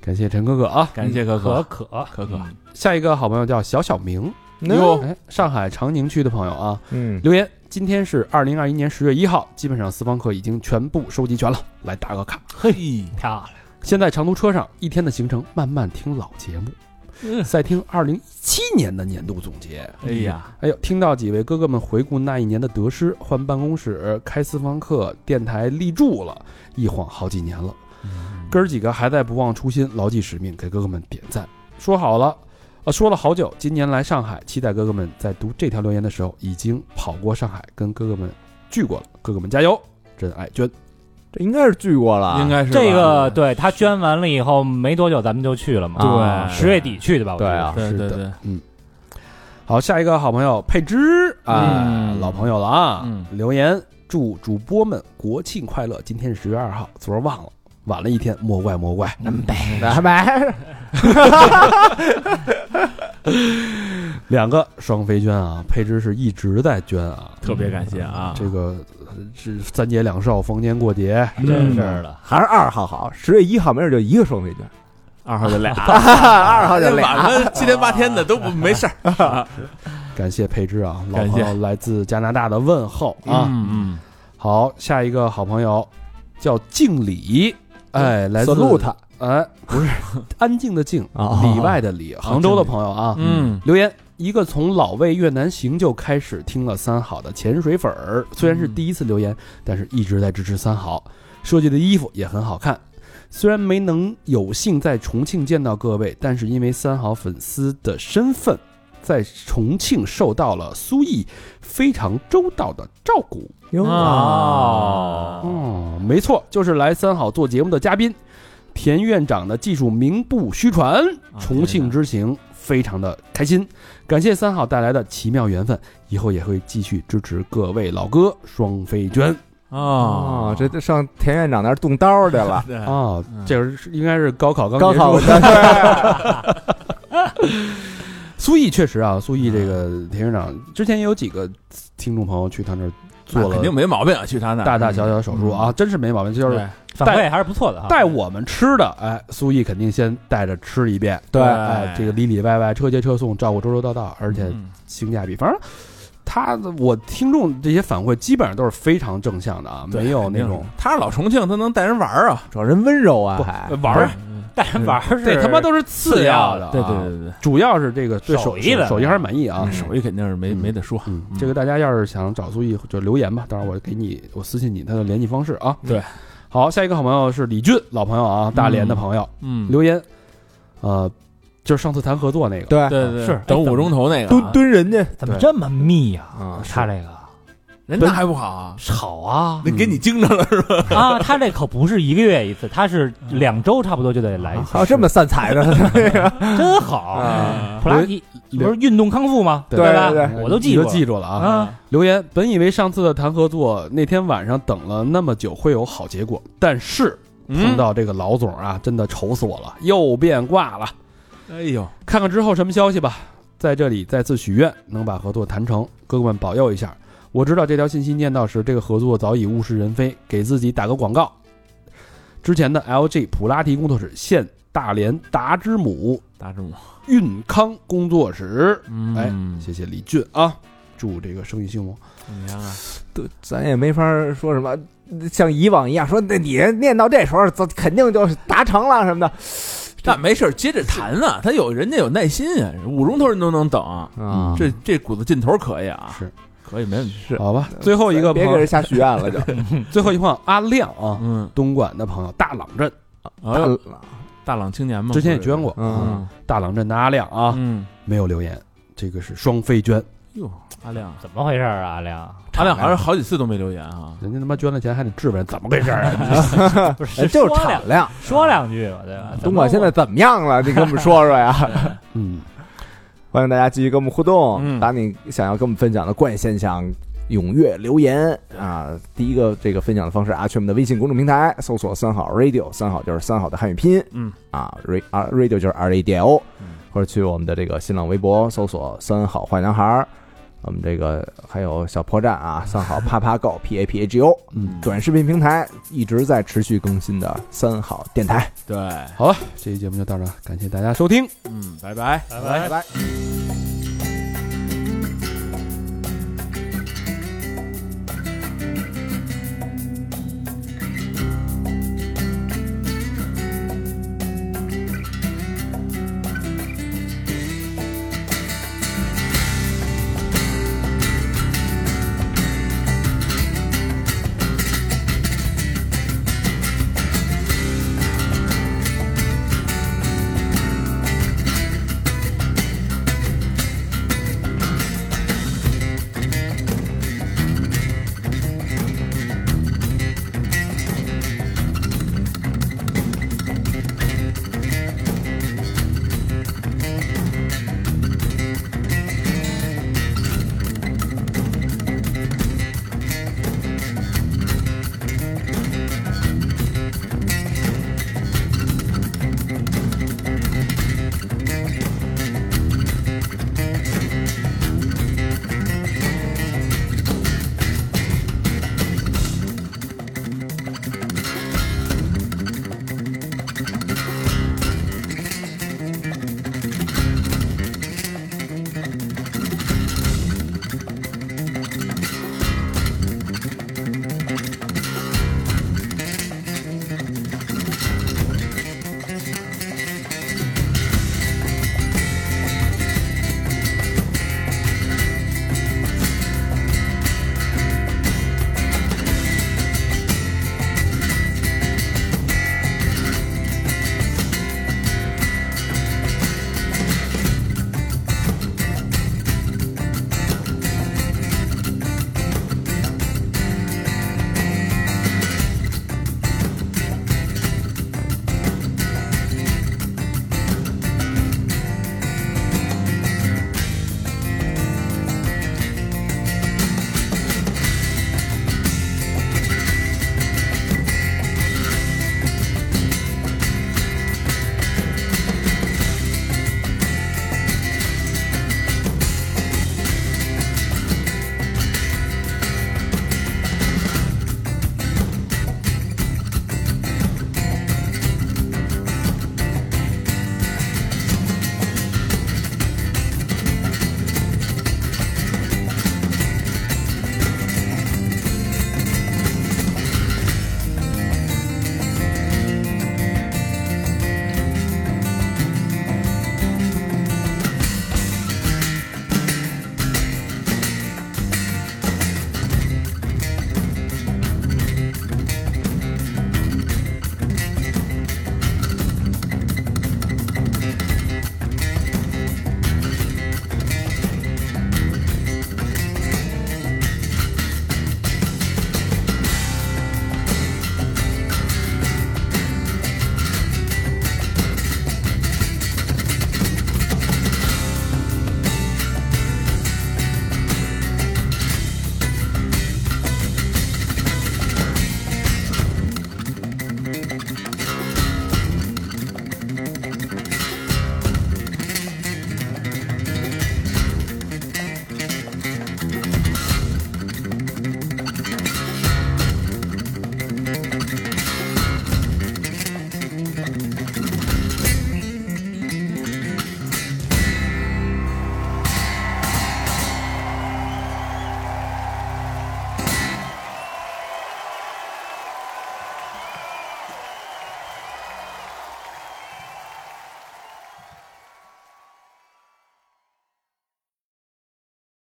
感谢陈可可啊。
感谢可
嗯可
可
可，嗯
可可，
下一个好朋友叫小小明，
哟，
哎，上海长宁区的朋友啊，
嗯，
留言。今天是二零二一年十月一号，基本上私房课已经全部收集全了，来打个卡。
嘿，
漂亮。
现在长途车上一天的行程，慢慢听老节目，再听二零一七年的年度总结。
哎呀，
哎呦，听到几位哥哥们回顾那一年的得失，换办公室、开私房课、电台立住了，一晃好几年了。哥儿几个还在不忘初心，牢记使命，给哥哥们点赞。说好了，呃，说了好久，今年来上海，期待哥哥们在读这条留言的时候，已经跑过上海，跟哥哥们聚过了。哥哥们加油，真爱娟。
这应该是聚过了，
应该是吧
这个对他捐完了以后没多久，咱们就去了嘛。
啊
对
十月底去的吧？我记得
对啊
对
是
对
的
对，
好，下一个好朋友佩芝啊、
嗯
老朋友了啊，
嗯
留言祝主播们国庆快乐。今天是十月二号，昨儿忘了，晚了一天，莫怪莫怪。
嗯来没？
两个双飞捐啊，佩芝是一直在捐啊，
特别感谢啊，
这个呃是三节两寿，逢年过节，
真是的。
还是二号好，十月一号没准就一个双飞卷，
二号就俩，
二号就
晚
俩，
啊上七天八天的都不没事儿
感谢佩芝啊，老
感
朋
谢
友来自加拿大的问候啊。
嗯
好，下一个好朋友叫敬礼，哎，来自
salute
哎，不是安静的静，
啊
里外的里，杭州的朋友啊，
嗯
留言一个从老魏越南行就开始听了三好的潜水粉儿，虽然是第一次留言，但是一直在支持三好，设计的衣服也很好看。虽然没能有幸在重庆见到各位，但是因为三好粉丝的身份，在重庆受到了苏毅非常周到的照顾。
嗯
哟
哦，
哦，没错，就是来三好做节目的嘉宾，田院长的技术名不虚传，
啊
重庆之行非常的开心，感谢三好带来的奇妙缘分，以后也会继续支持各位老哥双飞娟
啊
哦，，这这上田院长那儿动刀去 了，
对
啊，
嗯
这是应该是高考刚
高
结束
考
苏毅确实啊，苏毅这个田院长之前也有几个听众朋友去他那儿做
那肯定
了
没毛病啊，去他那儿
大大小小手术啊，真是没毛病，就是
嗯对
反馈还是不错的哈。
带我们吃的，哎，苏毅肯定先带着吃一遍，
对
哎，这个里里外外车接车送，照顾周周到到，而且
嗯
性价比，反正他的我听众这些反馈基本上都是非常正向的啊，
对
没有那
肯定
种
是他是老重庆，他能带人玩儿啊，
主要人温柔啊，
不
还
玩儿，
带人玩儿是
这他妈都是次要的啊，
对对对对
主要是这个对
手
手
艺的
手艺还是满意啊
对，。手艺肯定是没没得说，
嗯，这个大家要是想找苏毅就留言吧，到时候我给你我私信你他的联系方式啊。
对，
好，下一个好朋友是李俊，老朋友啊，大连的朋友
嗯，
留言，呃，就是上次谈合作那个，
对，
对对
是
等五个钟头那个
蹲
啊，
蹲人家
怎么这么密呀？
啊，
他这个
人那还不好啊，嗯
好啊
那给你惊着了是吧？
啊，他这可不是一个月一次，他是两周差不多就得来一次，
还有这么散财的，
真好。
嗯
啊
普拉提不是运动康复吗？
对
吧
对对？
我都记
你
住
就
了
记住了啊。
啊，
留言：本以为上次的谈合作那天晚上等了那么久会有好结果，但是
嗯
碰到这个老总啊，真的愁死我了，又变卦了。
哎呦，
看看之后什么消息吧。在这里再次许愿，能把合作谈成，哥哥们保佑一下。我知道这条信息念到时，这个合作早已物是人非。给自己打个广告，之前的 LG 普拉提工作室现大连达之姆
大志母，
运康工作室，
嗯
哎
你
谢谢李俊啊，祝这个生意兴隆。
看看，
对，咱也没法说什么，像以往一样说，那你念到这时候，咱肯定就达成了什么的
但没事儿，接着谈啊，他有人家有耐心啊，五个钟头人都能等啊，
啊
这这股子劲头可以啊，
是
可以没问题，
是
好吧，最后一个
别
朋
给
友
人，瞎许愿了就
最后一个朋友阿亮啊，
嗯
东莞的朋友，大朗镇
哎呦，
大
大朗青年嘛，
之前也捐过
嗯，
大朗镇的阿亮啊，
嗯，
没有留言，这个是双飞捐，
哟，阿亮，
怎么回事儿啊，阿亮？
阿亮好像好几次都没留言啊。
人家他妈捐了钱还得质问，怎么回事儿啊？
不是，
哎就是
说两
产量。
说两句吧，对吧？
东莞现在怎么样了？你跟我们说说呀！
嗯，
欢迎大家继续跟我们互动，
嗯
把你想要跟我们分享的怪现象踊跃留言啊！第一个这个分享的方式啊，去我们的微信公众平台搜索“三好 radio”，三好就是三好的汉语拼音，
嗯
啊，ra 啊 radio 就是 r a d i o，
嗯
或者去我们的这个新浪微博搜索“三好坏男孩儿”，我们这个还有小破站 啊，三好啪啪 go p a p a g o，
嗯
短视频平台一直在持续更新的三好电台。
对，
这期节目就到这儿，感谢大家收听。
嗯，拜拜。
拜拜。
拜。